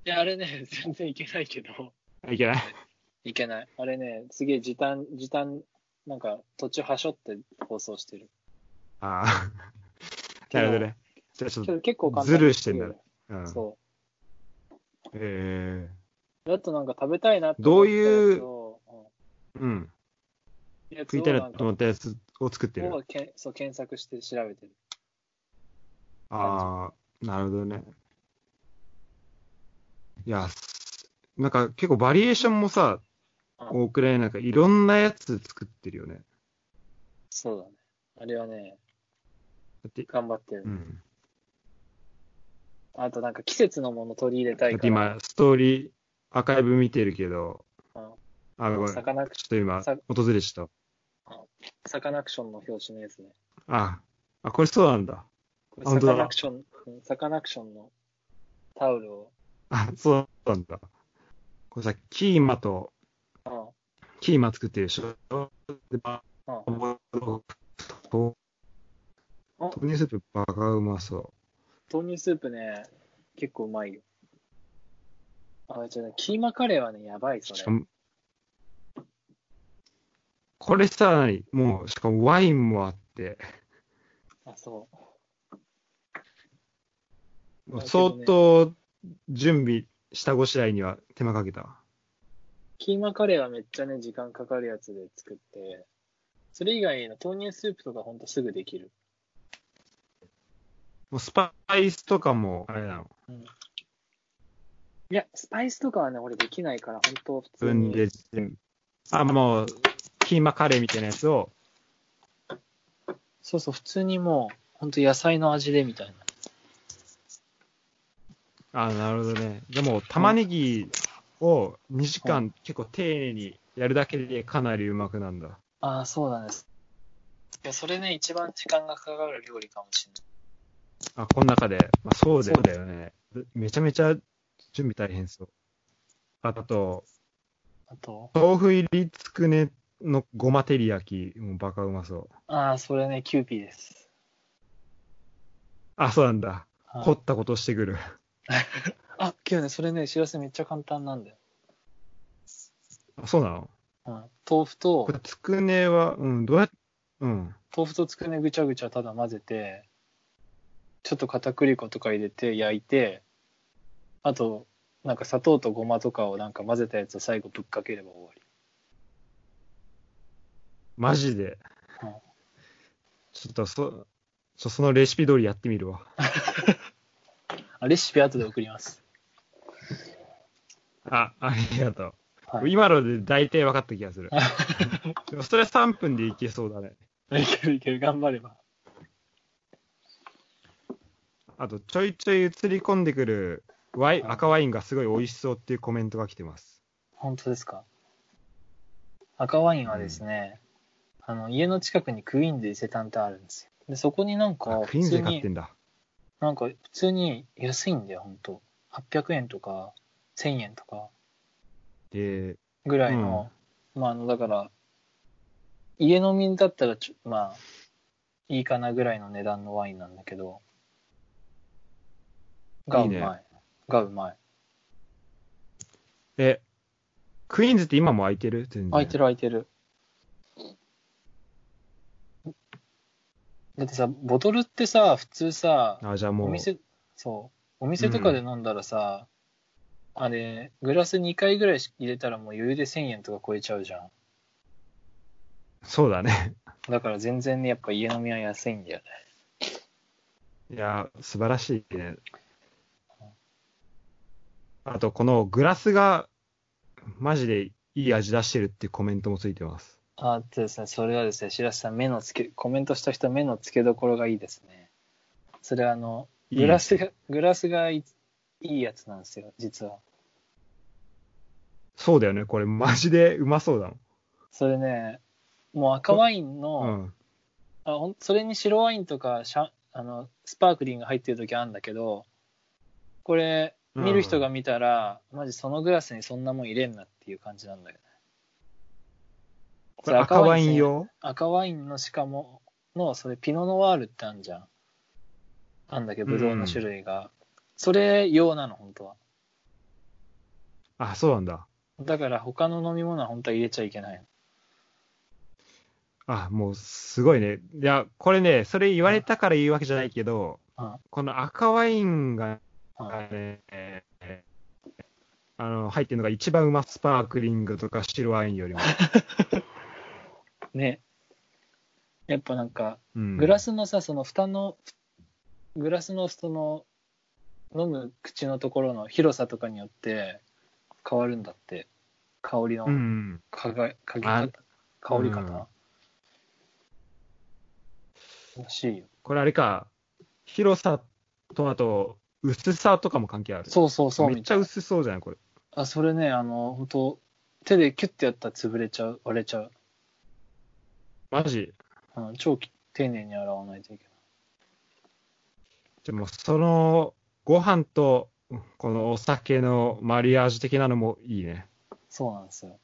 S2: や、あれね、 全然いけないけど、
S1: あ。いけない。
S2: いけない。あれね、すげえ時短、時短、なんか、途中はしょって放送してる。
S1: ああ。 なるほどね。じゃあちょっ
S2: け
S1: と、
S2: ど結構簡単
S1: ずるしてんだねうん
S2: ね。。そ
S1: え
S2: う。だとなんか食べたいなって
S1: どういう
S2: う
S1: えうん。
S2: ん、
S1: 食いたいな
S2: やつをん
S1: と
S2: か
S1: 思ったやつを作ってる。
S2: をけんそう検索して調べてる。
S1: ああ、なるほどね。いや、すなんか結構バリエーションもさ、
S2: うん
S1: 多くないなんかいろんなやつ作ってるよね。
S2: そうだね。あれはね、
S1: だって、
S2: 頑張ってる。
S1: うん。
S2: あとなんか季節のもの取り入れた
S1: だ
S2: い
S1: っ
S2: か
S1: て
S2: ら。
S1: 今、ストーリー、アーカイブ見てるけど、
S2: うん
S1: あ、ごめん。ちょっ
S2: 魚
S1: と今
S2: さ、
S1: 訪れちゃっ
S2: サカナクションの表紙のやつね。
S1: た。あ、あ、これそうなんだ。
S2: こ
S1: 本
S2: れサ
S1: 当だ
S2: カナクション、うんサカナクションのタオルを。
S1: あ、そうなんだ。これさ、キーマと、
S2: うん
S1: キーマ作ってるでしょ。で、バ
S2: うん
S1: カ豆腐と
S2: お
S1: 豆乳スープバカうまそ。
S2: 豆乳スープね、結構うまいよ。あ、ちょっとねキーマカレーはね、やばいうそ
S1: し
S2: れ
S1: か。も、これさ、何もう、しかもワインもあって、
S2: あ、そう。
S1: もう
S2: あけ
S1: 相
S2: どね
S1: 当準備したご次第には手間かけたわ。
S2: キーマカレーはめっちゃね、時間かかるやつで作って、それ以外の豆乳スープとかほんとすぐできる。
S1: もうスパイスとかも、あれなの。
S2: いや、スパイスとかはね、俺できないから、ほんと普
S1: 自
S2: 通
S1: 分
S2: に。
S1: で、あ、もう、キーマカレーみたいなやつを、
S2: そうそう、普通にもう、ほんと野菜の味でみたいな。
S1: あなるほどね。でも、玉ねぎを2時間結構丁寧にやるだけでかなりうまくなんだ。
S2: ああ、そうなんです。いや、それね、一番時間がかかる料理かもしれない。
S1: あ、この中で、まあ、そうだよだよね。めちゃめちゃ準備大変そう。あと、
S2: あと、
S1: 豆腐入りつくねのごま照り焼き、もうバカうまそう。
S2: ああ、それね、キューピーです。
S1: あ、そうなんだ。
S2: はい
S1: 凝ったことしてくる。
S2: あ、今日ね、それね、知らせめっちゃ簡単なんだよ。
S1: あ、そうなの
S2: うん、豆腐と
S1: こ、れ、つくねは、うん、どうやっうん。
S2: 豆腐とつくねぐちゃぐちゃただ混ぜて、ちょっと片栗粉とか入れて焼いて、あと、なんか砂糖とごまとかをなんか混ぜたやつを最後ぶっかければ終わり。
S1: マジで
S2: はい。
S1: ちょっとそ、ちょそのレシピ通りやってみるわ。
S2: あ、レシピ後で送ります。
S1: あ、ありがとう。
S2: はい。
S1: 今ので大体分かった気が する。でもそれ3分でいけそうだね。
S2: いけるいける、頑張れば。
S1: あと、ちょいちょい映り込んでくるワイン
S2: はい
S1: 赤ワインがすごい美味しそうっていうコメントが来てます。
S2: 本当ですか赤ワインはですね、あの、家の近くにクイーンズ伊勢丹ってあるんですよ。で、そこになんか、
S1: あクイー
S2: 普
S1: ンズ
S2: 通
S1: で買って
S2: に、
S1: んだ。
S2: なんか、普通に安いんだよ、ほんと。800円とか、1000円とか、
S1: で、
S2: ぐらいの、まあ、あの、だから、家飲みだったらちょ、まあ、いいかなぐらいの値段のワインなんだけど、が
S1: いうい
S2: まい。
S1: ね
S2: がうまい。
S1: で、クイーンズって今も空いてる全然。
S2: 空いて
S1: る。
S2: る空いてる。だってさ、ボトルってさ、普通さ、
S1: あ、じゃあもう。
S2: お店、そう、お店とかで飲んだらさ、あれ、グラス2回ぐらい入れたらもう余裕で1000円とか超えちゃうじゃん。
S1: そうだね。
S2: だから全然ね、やっぱ家飲みは安いんだよね。
S1: いや、素晴らしいね。あと、このグラスが、マジでいい味出してるっていうコメントもついてます。
S2: あとですね、それはですね、白石さん、目のつけ、コメントした人、目のつけどころがいいですね。それはあの、
S1: いい
S2: グラスが、グラスがいいいやつなんですよ、実は。
S1: そうだよね。これマジでうまそうだ
S2: それね、もう赤ワイ
S1: も
S2: ンの、
S1: ん。うん。
S2: あほんそれに白ワインとかシャあのスパークリング入ってる時あるんだけどこれ
S1: うん
S2: 見る人が見たら、マジそのグラスにそんなもん入れんなっていう感じなんだよね
S1: これ赤ワイン用
S2: 赤ワインのしかものそれピノノワールってあるじゃんあんだけどブドウの種類が、それ用なの本当は
S1: あ、そうなんだ。
S2: だから他の飲み物は本当は入れちゃいけないの
S1: あ、もうすごいね。いや、これね、それ言われたから言うわけじゃないけど、
S2: うん
S1: この赤ワインが、
S2: うん
S1: ね、あの、入ってるのが一番うまスパークリングとか白ワインより も。
S2: ねやっぱなんか
S1: うん、
S2: グラスのさ、その蓋の、グラスのその、飲む口のところの広さとかによって変わるんだって。香り
S1: うんう
S2: の
S1: ん。
S2: かが、かげ
S1: あ
S2: 方、香り
S1: うん
S2: 方。らしいよ。
S1: これあれか、広さとあと、薄さとかも関係ある。
S2: そうそうそう。
S1: めっちゃ
S2: みたい
S1: 薄そうじゃないこれ。
S2: あ、それね、あの、本当手でキュッてやったら潰れちゃう、割れちゃう。
S1: マジ。
S2: うん、超き丁寧に洗わないといけない。
S1: じゃあもうその、ご飯と、このお酒のマリアージュ的なのもいいね。
S2: そうなんですよ。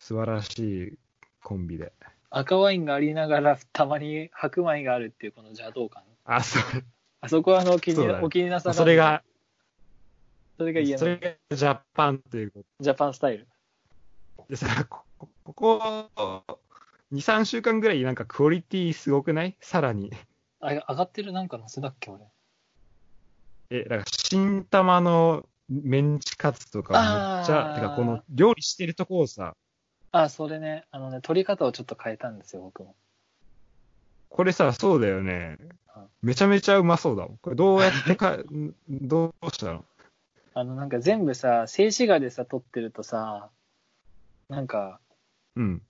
S1: 素晴らしいコンビで。
S2: 赤ワインがありながら、たまに白米があるっていう、この邪道感。
S1: あ、そう。
S2: あそこはあの、お気
S1: そ
S2: に
S1: うだね
S2: お気になさらず
S1: それが、
S2: それが家
S1: そ
S2: の
S1: れがジャパンというこ
S2: ジャパンスタイル。
S1: とでさ、こここ、2、3週間ぐらいなんかクオリティすごくないさらに。
S2: あ、上がってるなんか載せたっけ、俺。
S1: え、だから新玉のメンチカツとかめっち
S2: あー
S1: ゃ、てかこの料理してるとこをさ、
S2: あ、それね、あのね、撮り方をちょっと変えたんですよ、僕も。
S1: これさ、そうだよね
S2: うん。
S1: めちゃめちゃうまそうだもん。これどうやってか、 んどうしたの
S2: あの、なんか全部さ、静止画でさ、撮ってるとさ、なんか、
S1: うん。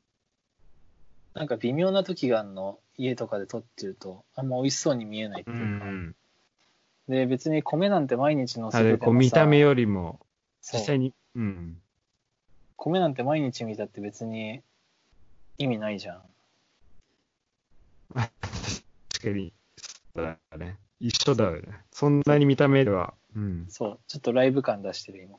S2: なんか微妙な時があんの、家とかで撮ってると、あんま美味しそうに見えないって
S1: う
S2: いうか。
S1: ん。
S2: で、別に米なんて毎日載せ
S1: あ
S2: てて
S1: れ、
S2: もさ
S1: こう見た目よりも、
S2: そ
S1: 実
S2: う
S1: 際に、うん。
S2: 米なんて毎日見たって別に意味ないじゃん。
S1: 確かに、そうだね。一緒だよね。そんなに見た目では、うん。
S2: そう、ちょっとライブ感出してる、今。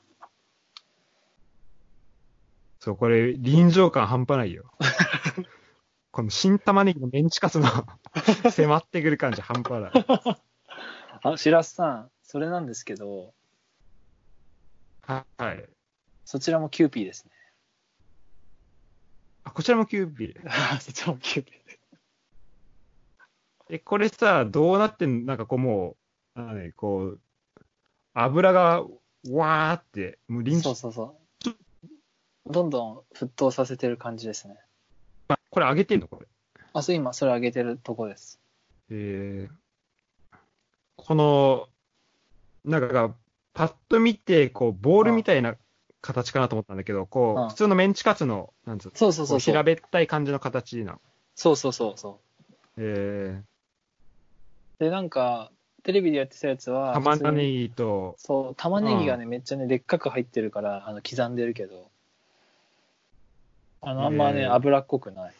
S1: そう、これ、臨場感半端ないよ。 この新玉ねぎのメンチカツの 迫ってくる感じ半端ない。
S2: あ、白洲さん、それなんですけど、
S1: ははい。
S2: そちらもキューピーですね。
S1: あ、こちらもキューピー。
S2: あそっちもキューピー。
S1: え、これさ、どうなってんなんかこうもう、あのね、こう、油が、わーって、もう臨
S2: そう
S1: 場、
S2: そうそう。どんどん沸騰させてる感じですね。
S1: これ揚げてんのこれ。
S2: あ、そう、今、それ上げてるとこです。
S1: えーこの、なんか、パッと見て、こう、ボールみたいな形かなと思ったんだけど、
S2: う
S1: こ
S2: ん
S1: う、普通のメンチカツの、なんつうの
S2: そうそう
S1: こ
S2: そううそ
S1: 平
S2: う。
S1: べったい感じの形なの。
S2: そうそうそうそ
S1: え
S2: う。で、なんか、テレビでやってたやつ
S1: ー、
S2: は、
S1: 玉ね
S2: ぎ。
S1: ぎと、
S2: そう、玉ねぎがね、めっちゃね、でっかく入ってるから、あの、刻んでるけど、あの、あんまね、
S1: へー
S2: 脂っこくない。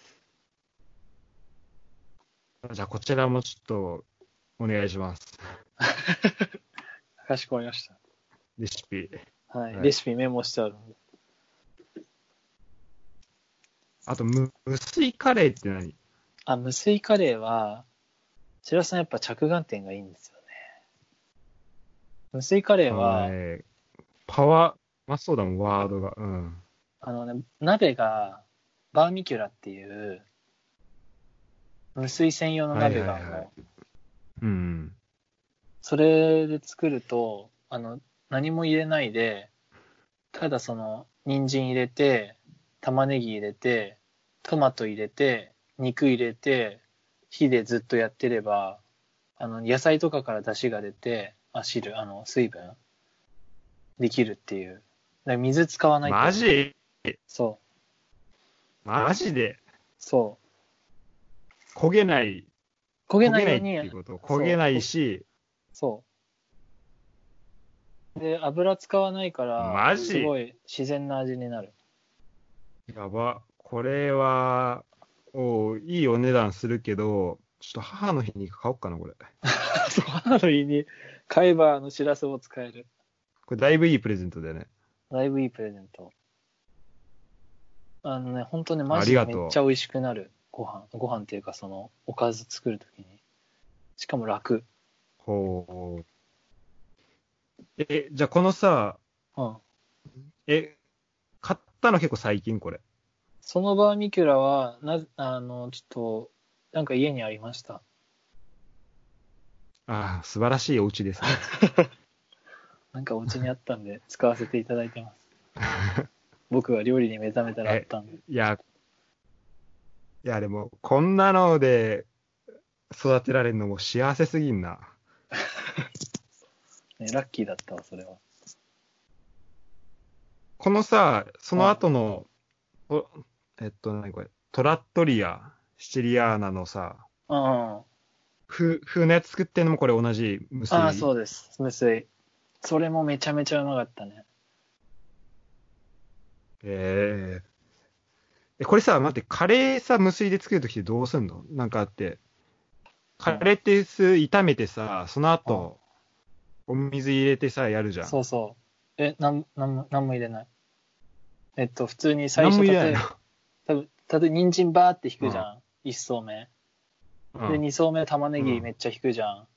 S1: じゃあ、こちらもちょっと、お願いします。
S2: かしこまりまし
S1: レシピ。
S2: た。はい。
S1: はい
S2: レシピメモしてあるので。
S1: あと、無無水カレーって何
S2: あ、無水カレーは、白さんやっぱ着眼点がいいんですよね。無水カレーは、
S1: いパワー、まあそうだもん、ワードが。うん。
S2: あのね、鍋が、バーミキュラっていう、無水専用の鍋があるの、
S1: はいはいはいうん。
S2: それで作ると、あの、何も入れないで、ただその、人参入れて、玉ねぎ入れて、トマト入れて、肉入れて、火でずっとやってれば、あの、野菜とかから出汁が出て、あ、汁、あの、水分、できるっていう。だから水使わないっていう
S1: マジ
S2: そう。
S1: マジで
S2: そ
S1: 焦げない。
S2: う。焦げないよう
S1: って
S2: に、
S1: いうこと。焦げないし、
S2: そう。で、油使わないから、
S1: マジ
S2: すごい自然な味になる。
S1: やば。これは、おういいお値段するけど、ちょっと母の日に買おうかな、これ。
S2: そう、ハロウィンに買えばあのしらすを使える。
S1: これだいぶいいプレゼントだよね。
S2: だいぶいいプレゼント。あのね、ほんとね、マ
S1: あり
S2: ジで
S1: が
S2: め
S1: と
S2: っ
S1: う
S2: ちゃ美味しくなる。ご飯、ご飯っていうかその、おかず作るときに。しかも楽。
S1: ほう。え、じゃあこのさ、
S2: うん。
S1: え、買ったの結構最近、これ。
S2: そのバーミキュラは、なぜ、あの、ちょっと、なんか家にありました。
S1: ああ、素晴らしいお家 ですね。
S2: なんかお家にあったん で、使わせていただいてます。僕は料理に目覚めたらあったんで。
S1: いや、いや、でも、こんなので育てられるのも幸せすぎんな。
S2: ね、ラッキーだったわ、それは。
S1: このさ、その後の、おえっと、何これ、トラットリア、シチリアーナのさ、
S2: うん。
S1: 風、風のやつ作ってんのもこれ同じ無水。
S2: ああ、そうです。無水。それもめちゃめちゃうまかったね。
S1: えええ、これさ、待って、カレーさ、無水で作るときってどうすんのなんかあって。カレーってす、炒めてさ、その後、お水入れてさ、やるじゃん。
S2: そうそう。え、なん、なんも、なんも入れない。えっと、普通に最
S1: 何
S2: 初、
S1: も入れない
S2: 例え
S1: の
S2: ば、多分、例えば、人参バーって引くじゃん。一層目。
S1: う
S2: で、
S1: ん。
S2: 二層目玉ねぎ
S1: うん
S2: めっちゃ引くじゃん。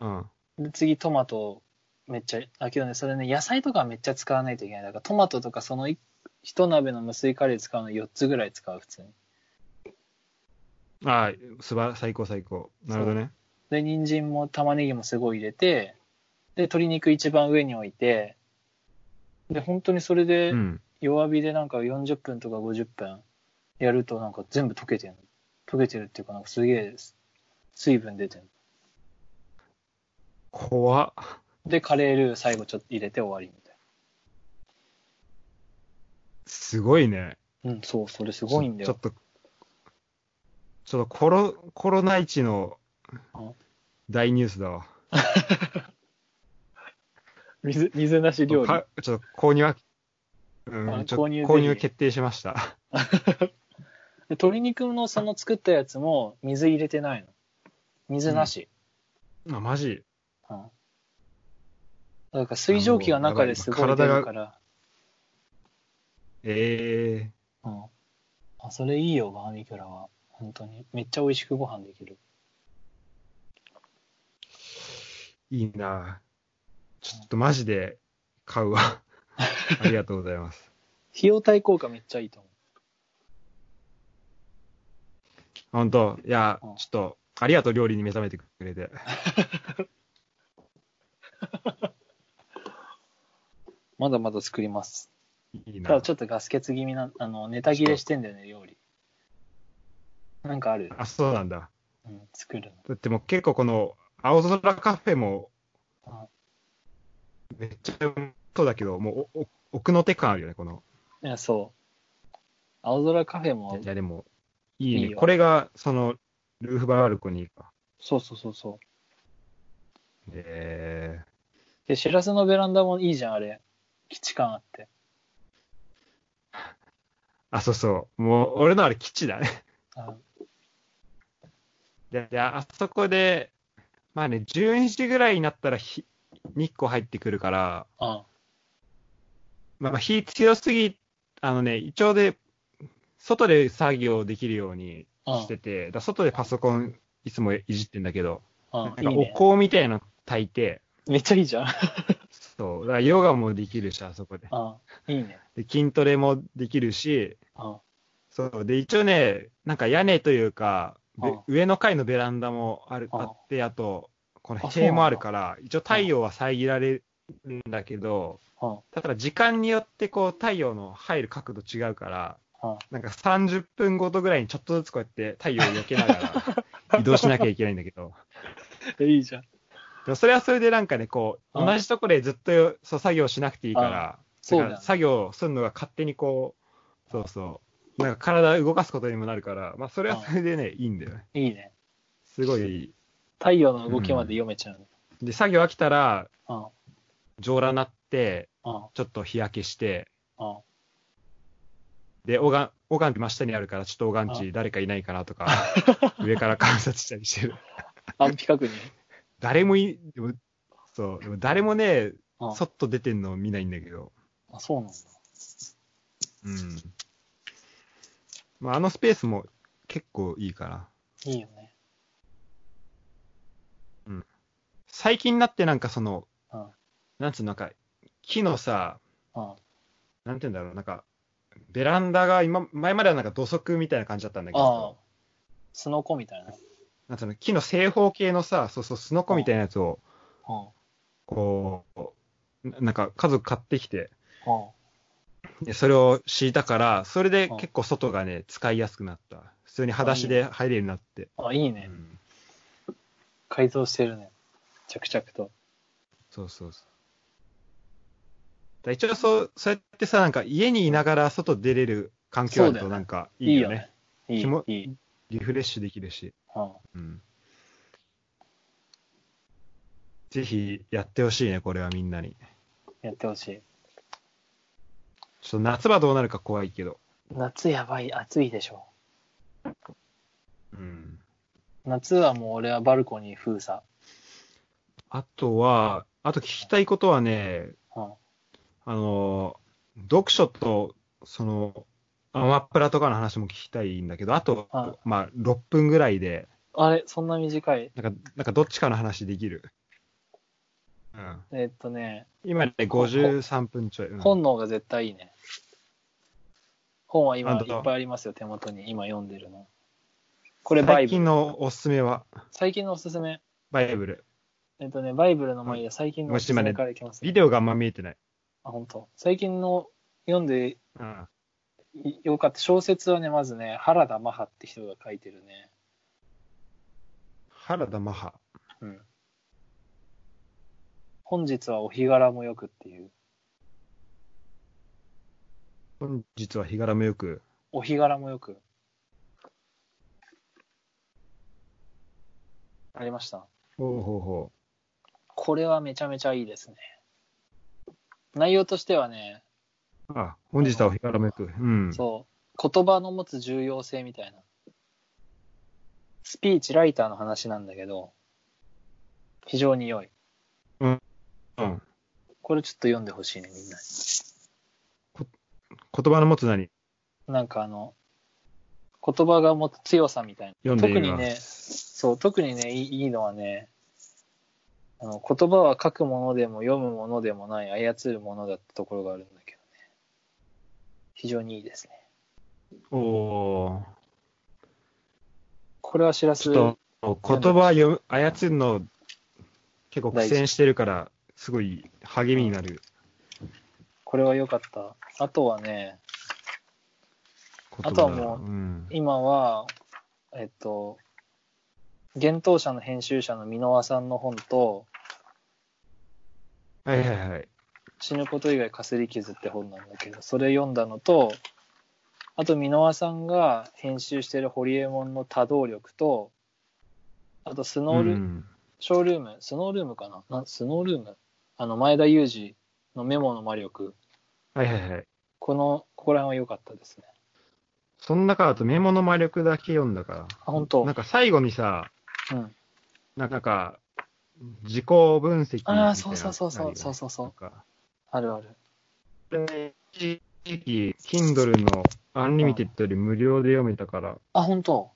S1: うん。
S2: で、次トマトめっちゃ、あ、けどね、それね、野菜とかはめっちゃ使わないといけない。だからトマトとかその一一鍋の無水カレー使うの4つぐらい使う、普通に。
S1: ああ、すば、最高最高。なるほどね。
S2: で、人参も玉ねぎもすごい入れて、で、鶏肉一番上に置いて、で、本当にそれで
S1: うん。
S2: 弱火でなんか40分とか50分やるとなんか全部溶けてる。溶けてるっていうかなんかすげえ水分出てる。
S1: 怖っ。
S2: で、カレールー最後ちょっと入れて終わりみた
S1: すごいね。
S2: いな。うん、そう、それすごいんだ
S1: ちょ
S2: よ
S1: ち。ょっと、ちょっとコロ、コロナ一の
S2: うん
S1: 大ニュースだわ。
S2: 水、水なし料理。
S1: かちょっと購入は、
S2: あ
S1: うん、ちょっと
S2: 購入ぜひ
S1: 購入決定しました。
S2: で鶏肉のその作ったやつも水入れてないの。水なし。
S1: あ、マジ。
S2: うん。だから水蒸気が中ですごい出るから。
S1: ええ
S2: うん。あ、それいいよ、バーミキュラは。本当に。めっちゃ美味しくご飯できる。
S1: いいなちょっとマジで買う わ。ありがとうございます。
S2: 費用対効果めっちゃいいと思
S1: 本当いや、ち
S2: う
S1: ょ
S2: ん
S1: っと、ありがとう、料理に目覚めてくれて。
S2: う。まだまだ作ります。
S1: いい
S2: た
S1: な
S2: だちょっとガス欠気味な、あの、ネタ切れしてんだよね、料理。なんかある
S1: あ、そうなんだ。
S2: うん、作る
S1: だってもう結構この、青空カフェも
S2: の。
S1: めっちゃうまそうだけど、もうおお奥の手感あるよね、この。
S2: うん。いや、そう。青空カフェも
S1: い、や、でも、いいね。
S2: いいよ
S1: これが、その、ルーフバルコニーか。
S2: そうそうそうそ
S1: えー、
S2: う。で、シラスのベランダもいいじゃん、あれ。基地感あって。
S1: あ、そうそう。もう、俺のあれ基地だね。
S2: あ
S1: で、であそこで、まあね、12時ぐらいになったら日日光入ってくるから、
S2: あ
S1: まあ、まあ火強すぎ、あのね、一応で、外で作業できるように
S2: あ
S1: してて、だから外でパソコンいつもいじってんだけど、
S2: あ
S1: なん
S2: あ
S1: か
S2: いい
S1: お
S2: ね。
S1: 香みたいなの炊いて、
S2: めっちゃいいじゃん。あ
S1: そう、だからヨガもできるし、あそこで。
S2: あいいね。
S1: で筋トレもできるし、
S2: あ
S1: そう、で、一応ね、なんか屋根というか、べ
S2: あ
S1: 上の階のベランダもある
S2: あ
S1: あって、あと、この
S2: あそう
S1: 塀
S2: なんだ
S1: もあるから、一応太陽は遮られるんだけど、
S2: あ
S1: ただ時間によってこう太陽の入る角度違うから、
S2: あ
S1: なんか30分ごとぐらいにちょっとずつこうやって太陽を避けなが ら移動しなきゃいけないんだけど、
S2: あいいじゃん。
S1: でもそれはそれでなんかね、こう、
S2: あ
S1: 同じところでずっとそう作業しなくていいから、
S2: そう
S1: だから
S2: だよ
S1: 作業するのが勝手にこう、そうそう、なんか体動かすことにもなるから、まあそれはそれでね、いいんだよね。
S2: いいね。
S1: すごいい
S2: 太陽の動きまで読めちゃうね。
S1: い。で、作業飽きたら、
S2: あ
S1: 上羅なって、
S2: あ
S1: ちょっと日焼けして、
S2: あ
S1: で、オガン、オガン真下にあるから、ちょっとオガンチ誰かいないかなと か、上から観察したりしてる。
S2: あ安否確認。
S1: 誰もい、でも、そう、でも誰もね、
S2: ああ
S1: 外出てんの見ないんだけど。
S2: あそうなんだ。
S1: うん。まあ、あのスペースも結構いいから。
S2: いいよね。
S1: 最近になってなんかその、
S2: あ
S1: なんつうの、なんか、木のさ、
S2: あ
S1: なんて言うんだろう、なんか、ベランダが今、前まではなんか土足みたいな感じだったんだけ
S2: ああ
S1: ど、
S2: スノコみたいな。
S1: なんつうの、木の正方形のさ、そうそう、スノコみたいなやつを、
S2: あ
S1: こう、ななんか家族買ってきて、
S2: ああ
S1: でそれを敷いたから、それで結構外がね、使いやすくなった。普通に裸足で入れるようになって。
S2: ああいいうね。
S1: ん
S2: 改造してるね。着々と。
S1: そうそうそう。だ一応そう、そうやってさ、なんか家にいながら外出れる環境ある
S2: そうだよ
S1: と
S2: ね
S1: なんかい
S2: い
S1: い
S2: い
S1: よ
S2: よ
S1: ね
S2: ね。。いい。
S1: 気も
S2: いい。
S1: リフレッシュできるし。
S2: あ
S1: うん。ぜひやってほしいね、これはみんなに。
S2: あやってほしい。
S1: ちょっと夏場どうなるか怖いけど。
S2: 夏やばい。暑いでしょ。
S1: うん。
S2: 夏はもう俺はバルコニー封鎖。
S1: あとは、あと聞きたいことはね、
S2: うん。
S1: あの、読書と、その、アマプラとかの話も聞きたいんだけど、あと、
S2: は
S1: まあ、6分ぐらいで、
S2: あれ、そんな短い
S1: なんか、なんかどっちかの話できる。うん。
S2: えっとね、
S1: 今で53分ちょい。うん
S2: 本能が絶対いいね。本は今
S1: あ
S2: い
S1: どうぞ
S2: っぱいありますよ、手元に。今読んでるの。これ、バ
S1: 最
S2: イブ
S1: 近
S2: ル。
S1: のおすすめは、
S2: 最近のおすすめ。
S1: バイブル。
S2: えっとね、バイブルの前で最近のおすすめからいきます、
S1: ビデオがあんま見えてない。
S2: あ、本当。最近の読んで
S1: うん。
S2: よかった小説はね、まずね、原田マハって人が書いてるね。
S1: 原田マハ。
S2: うん。本日はお日柄もよくっていう。
S1: 本日は日柄もよく。
S2: お日柄もよく。ありました。
S1: ほうほうほ
S2: これはめちゃめちゃいいですね。内容としてはね、
S1: う。あ、本日は日柄もよく。うん。
S2: そう、言葉の持つ重要性みたいな。スピーチライターの話なんだけど、非常に良い。
S1: うん。
S2: これちょっと読んでほしいね、みんな。
S1: 言葉の持つ何
S2: なんかあの、言葉が持つ強さみたいな。
S1: 読んで
S2: 特
S1: い
S2: に
S1: ます。
S2: ね、そう、特にね、いいいいのはね、あの言葉は書くものでも読むものでもない、操るものだってところがあるんだけどね。非常にいいですね。
S1: おおー。
S2: これは知ら
S1: ち
S2: す。
S1: ょっと言葉読む操るの結構苦戦してるから、すごい励みになる
S2: これは良かった。あとはね、
S1: 言葉だ、
S2: あとはもうん今は、えっと、幻冬舎の編集者の箕輪さんの本と、
S1: はいはいはい。
S2: 死ぬこと以外かすり傷って本なんだけど、それ読んだのと、あと箕輪さんが編集してるホリエモンの多動力と、あとスノール、
S1: うん
S2: ショールーム、スノールームかななスノールームあの、前田裕二のメモの魔力。
S1: はいはいはい。
S2: この、ここら辺は良かったですね。
S1: その中だとメモの魔力だけ読んだから。
S2: あ、本当
S1: なんか最後にさ、
S2: うん。
S1: なんか、自己分析みたいな。
S2: ああ、そうそうそうそう、そうそう
S1: な
S2: そ
S1: ん
S2: う。
S1: か
S2: あるある。
S1: で一時期、Kindle のアンリミテッドより無料で読めたから、
S2: あ、本当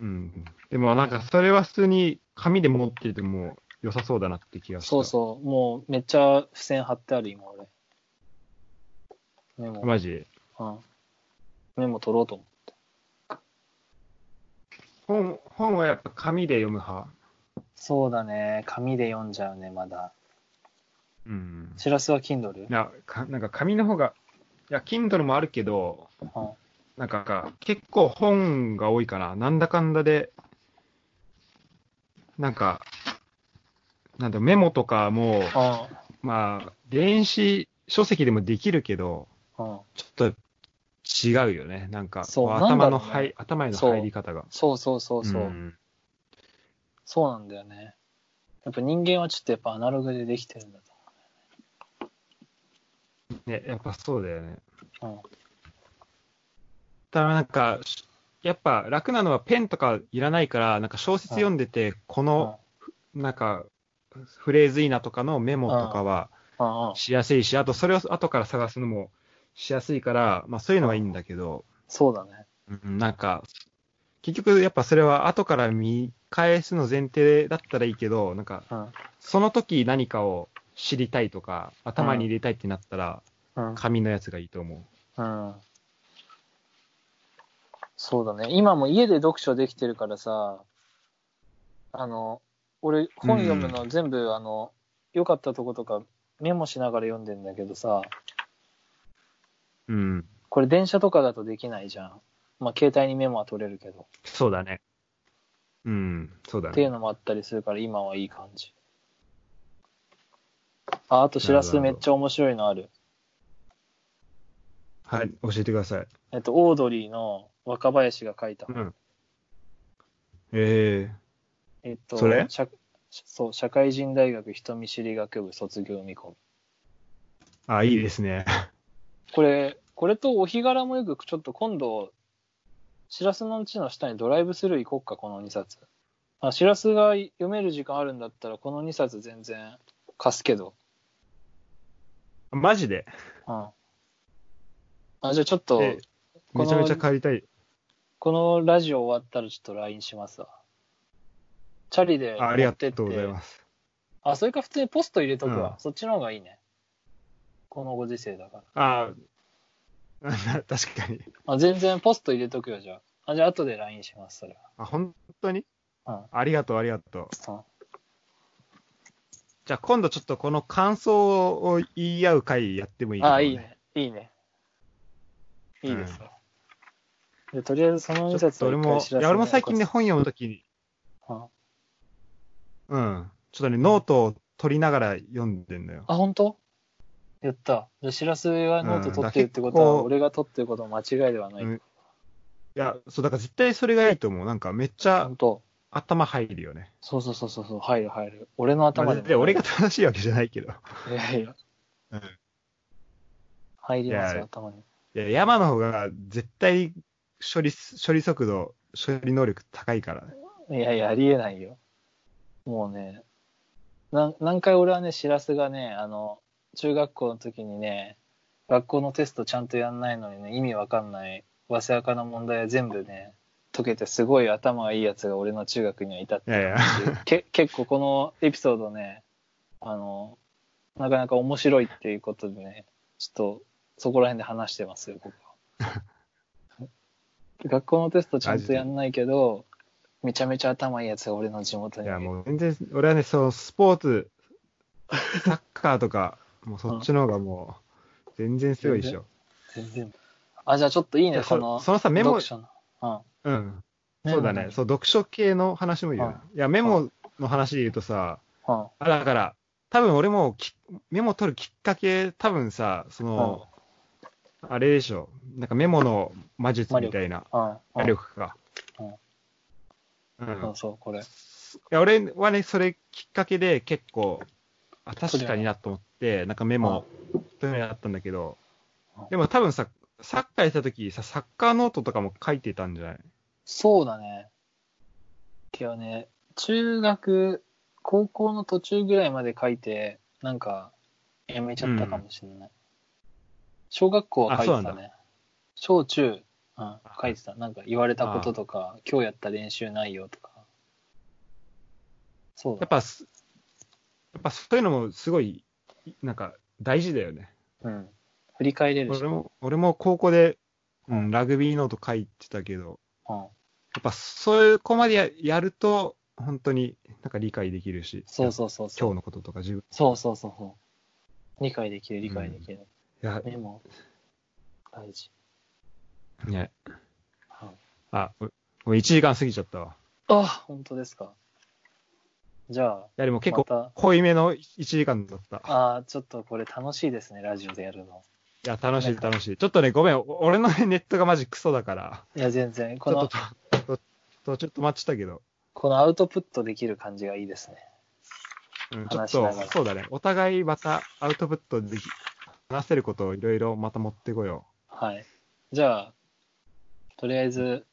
S1: うん。でもなんか、それは普通に紙で持ってても良さそうだなって気がした。
S2: そうそう。もうめっちゃ付箋貼ってある、今俺。メモ。
S1: マジ。
S2: うん。メモ取ろうと思
S1: 本本はやっぱ紙で読む派。
S2: う。そうだね。紙で読んじゃうね、まだ。
S1: うん。
S2: シラスは Kindle?
S1: なかなんか紙の方が、いや、Kindle もあるけど、
S2: うん。
S1: なんか、結構本が多いかな。なんだかんだで、なんか、なんだメモとかも、
S2: あ
S1: まあ、電子書籍でもできるけど、
S2: うん。
S1: ちょっと違うよね。なんか、
S2: そう
S1: こ
S2: なんだ
S1: 頭
S2: ろ
S1: の
S2: うね
S1: 入、頭への入り方が。
S2: そうそうそうそう。
S1: ん
S2: そうなんだよね。やっぱ人間はちょっとやっぱアナログでできてるんだと
S1: ね、やっぱそうだよね。
S2: 思う。うん。
S1: ただなんか、しやっぱ楽なのはペンとかいらないから、なんか小説読んでて、この、なんか、フレーズいいなとかのメモとかは、
S2: うんうん。
S1: しやすいし、あとそれを後から探すのもしやすいから、まあそういうのはいいんだけど、
S2: そうだね。
S1: うんなんか、結局やっぱそれは後から見返すの前提だったらいいけど、なんか、
S2: うん。
S1: その時何かを知りたいとか、頭に入れたいってなったら、
S2: うん。
S1: 紙のやつがいいと思う。
S2: うん。そうだね。今も家で読書できてるからさ、あの、俺、本読むの全部、あの、良かったとことかメモしながら読んでんだけどさ、
S1: うん。
S2: これ電車とかだとできないじゃん。まあ、携帯にメモは取れるけど。
S1: そうだね。うん、そうだ
S2: っていう
S1: ね。
S2: のもあったりするから、今はいい感じ。あ、あと、しらすめっちゃ面白いのある。
S1: はい、教えてください。
S2: えっと、オードリーの若林が書いた
S1: う。ん。ええ
S2: えっと、
S1: それ
S2: 社そう、社会人大学人見知り学部卒業見込み。
S1: あ、いいですね。
S2: これ、これとお日柄もよく、ちょっと今度、しらすのうちの下にドライブスルー行こっか、この2冊。あ、しらすが読める時間あるんだったら、この2冊全然貸すけど。
S1: マジで。
S2: うん。あ、じゃあちょっと、
S1: えめちゃめちゃ帰りたい。
S2: このラジオ終わったらちょっと LINE しますわ。チャリで
S1: ああり
S2: 持
S1: が
S2: ってって。
S1: とうございます。
S2: あ、それか普通にポスト入れとくわ。
S1: うん
S2: そっちの方がいいね。このご時世だから。
S1: あ あ、確かに。
S2: あ全然ポスト入れとくよ、じゃあ。あじゃあ、後で LINE します、それ
S1: あ、本当に
S2: は。
S1: ありがとう、ありがとう。
S2: うん。うん
S1: じゃあ今度ちょっとこの感想を言い合う会やってもいいかも
S2: あいい。ね。いいね。いいですよ。でとりあえず、その2
S1: ちょっ
S2: 冊
S1: と俺も、いや俺も最近ね、、本読むときに、
S2: うん
S1: うん。ちょっとね、ノートを取りながら読んでんのよ。
S2: あ、本当やった。じゃあ、しらすがノート取ってるって
S1: うんだから結
S2: ことは、
S1: 構
S2: 俺が取ってることも間違いではない。
S1: うんいや、そう、だから絶対それがいいと思う。なんかめっちゃ
S2: 本当
S1: 頭入るよね。
S2: そうそうそうそうそう、入る入る。俺の頭
S1: まあ
S2: でも。
S1: で俺が正しいわけじゃないけど。
S2: いやいや
S1: うん。
S2: 入ります
S1: い
S2: よ、
S1: や
S2: 頭に。
S1: いや、山の方が絶対処理、処理速度、処理能力高いからね。
S2: いやいや、ありえないよ。もうね、なん何回俺はね、しらすがね、あの、中学校の時にね、学校のテストちゃんとやんないのにね、意味わかんない、わせあかな問題は全部ね、解けてすごい頭がいいやつが俺の中学にはいたって
S1: いやいや。
S2: け結構このエピソードね、あの、なかなか面白いっていうことでね、ちょっとそこら辺で話してますよ、こ こ学校のテストちゃんとやんないけど、めちゃめちゃ頭いいやつが俺の地元
S1: い
S2: に
S1: や、もう全然、俺はね、そのスポーツ、サッカーとか、もうそっちの方がもう、全然強いでしょ。
S2: 全然。あ、じゃあちょっといい
S1: い
S2: ね、
S1: や
S2: そ
S1: そ
S2: の、
S1: そのさ、メモ
S2: 読、書の。うん。
S1: うん。そうだね。そう、読書系の話もいいよね。いや、メモの話で言うとさ、
S2: うん。
S1: あだから、多分俺もきメモ取るきっかけ、多分さ、その、あれでしょ。なんかメモの魔術みたいな。
S2: うん。
S1: 魔力か。
S2: うん
S1: うん
S2: そうそう、これ。
S1: いや、俺はね、それきっかけで結構、あ、確かになと思って、なんかメモ、取るようになったんだけど
S2: うん、
S1: でも多分さ、サッカーやってた時さ、サッカーノートとかも書いてたんじゃない
S2: そうだね。記はね、中学、高校の途中ぐらいまで書いて、なんか、やめちゃったかもしれない。小学校は書い
S1: あそ
S2: てた
S1: うな
S2: ね。小中、うん、書いてた。なんか言われたこととか、今日やった練習内容とか。そう
S1: やっ
S2: だ。
S1: ぱす、やっぱそういうのもすごい、なんか大事だよね。
S2: うん。振り返れるし。
S1: 俺も、俺も高校で、うん、ラグビーノート書いてたけど、
S2: うん。
S1: やっぱそういう子までややると、本当になんか理解できるし、
S2: そうそうそうそう。
S1: 今日のこととか自分、
S2: そうそうそうそう。理解できる、理解できる。
S1: いや、
S2: メモ、大事。
S1: ね、
S2: はい
S1: あ、おもう1時間過ぎちゃったわ。い
S2: あ、本当ですか。じゃ
S1: や、でも
S2: あ、
S1: 結構
S2: また、
S1: 濃いめの1時間だった。
S2: ああ、ちょっとこれ楽しいですね、ラジオでやるの。
S1: いや、楽しい楽しい。ちょっとね、ごめん、お俺のねネットがマジクソだから、
S2: いや、全然、こ
S1: ちょっ
S2: の、
S1: とと、ととちょっと待ちたけど、
S2: このアウトプットできる感じがいいですね。
S1: うん、ちょっ
S2: 話しな
S1: と
S2: がら、
S1: そうだね、お互いまたアウトプットでき、話せることをいろいろまた持ってこよ
S2: はい。じゃあ、とりあえず、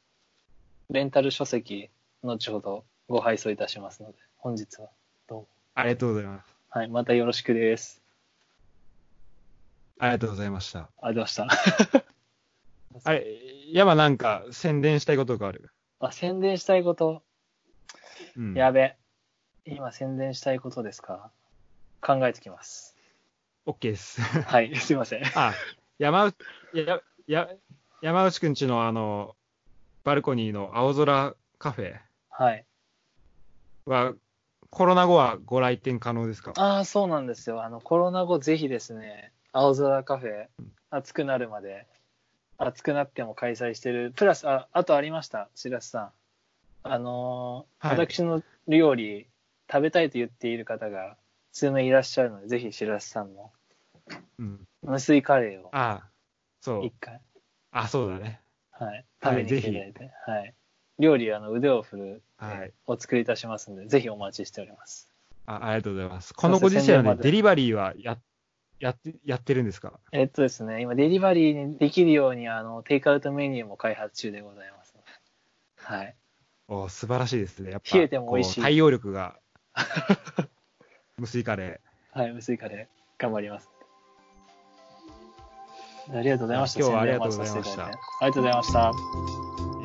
S2: レンタル書籍、後ほどご配送いたしますので、本日は。
S1: う。ありがとうございます。
S2: はい、またよろしくです。
S1: ありがとうございました。
S2: ありがとうございました。
S1: あれ、山なんか宣伝したいことがある。
S2: あ、宣伝したいこと。
S1: うん。
S2: やべ。今宣伝したいことですか考えてきます。
S1: OK です。
S2: はい、すいません。
S1: あ、山内、や、や、山内くんちのあの、バルコニーの青空カフェ
S2: はい。
S1: は、コロナ後はご来店可能ですか
S2: ああ、そうなんですよ。あの、コロナ後、ぜひですね、青空カフェ、暑くなるまで、暑くなっても開催してる。プラス、あ、あとありました、しらすさん。あのー
S1: はい
S2: 私の料理、食べたいと言っている方が数名いらっしゃるので、ぜひしらすさんの
S1: うん。
S2: 無水カレーを
S1: あそう
S2: 一。回、
S1: あ、そうだね。
S2: はい、食
S1: は
S2: べ
S1: い
S2: に来ていただいて、はい。料理、あの、腕を振る、
S1: はい。
S2: お作りいたしますので、ぜひお待ちしております。
S1: あありがとうございます。このご時世は
S2: 宣伝ま
S1: ね、
S2: で
S1: デリバリーはや、やって、やってるんですか
S2: えっとですね、今、デリバリーにできるように、あの、テイクアウトメニューも開発中でございます。はい。
S1: お素晴らしいですね。やっぱ、
S2: 冷えても美味しい
S1: こう対応力が、 無水カレ
S2: はい、無水カレー、頑張ります。ありがとうございました。
S1: 今日は
S2: 宣伝を待たせてただ
S1: ありがとうございま
S2: いてありがとうございました。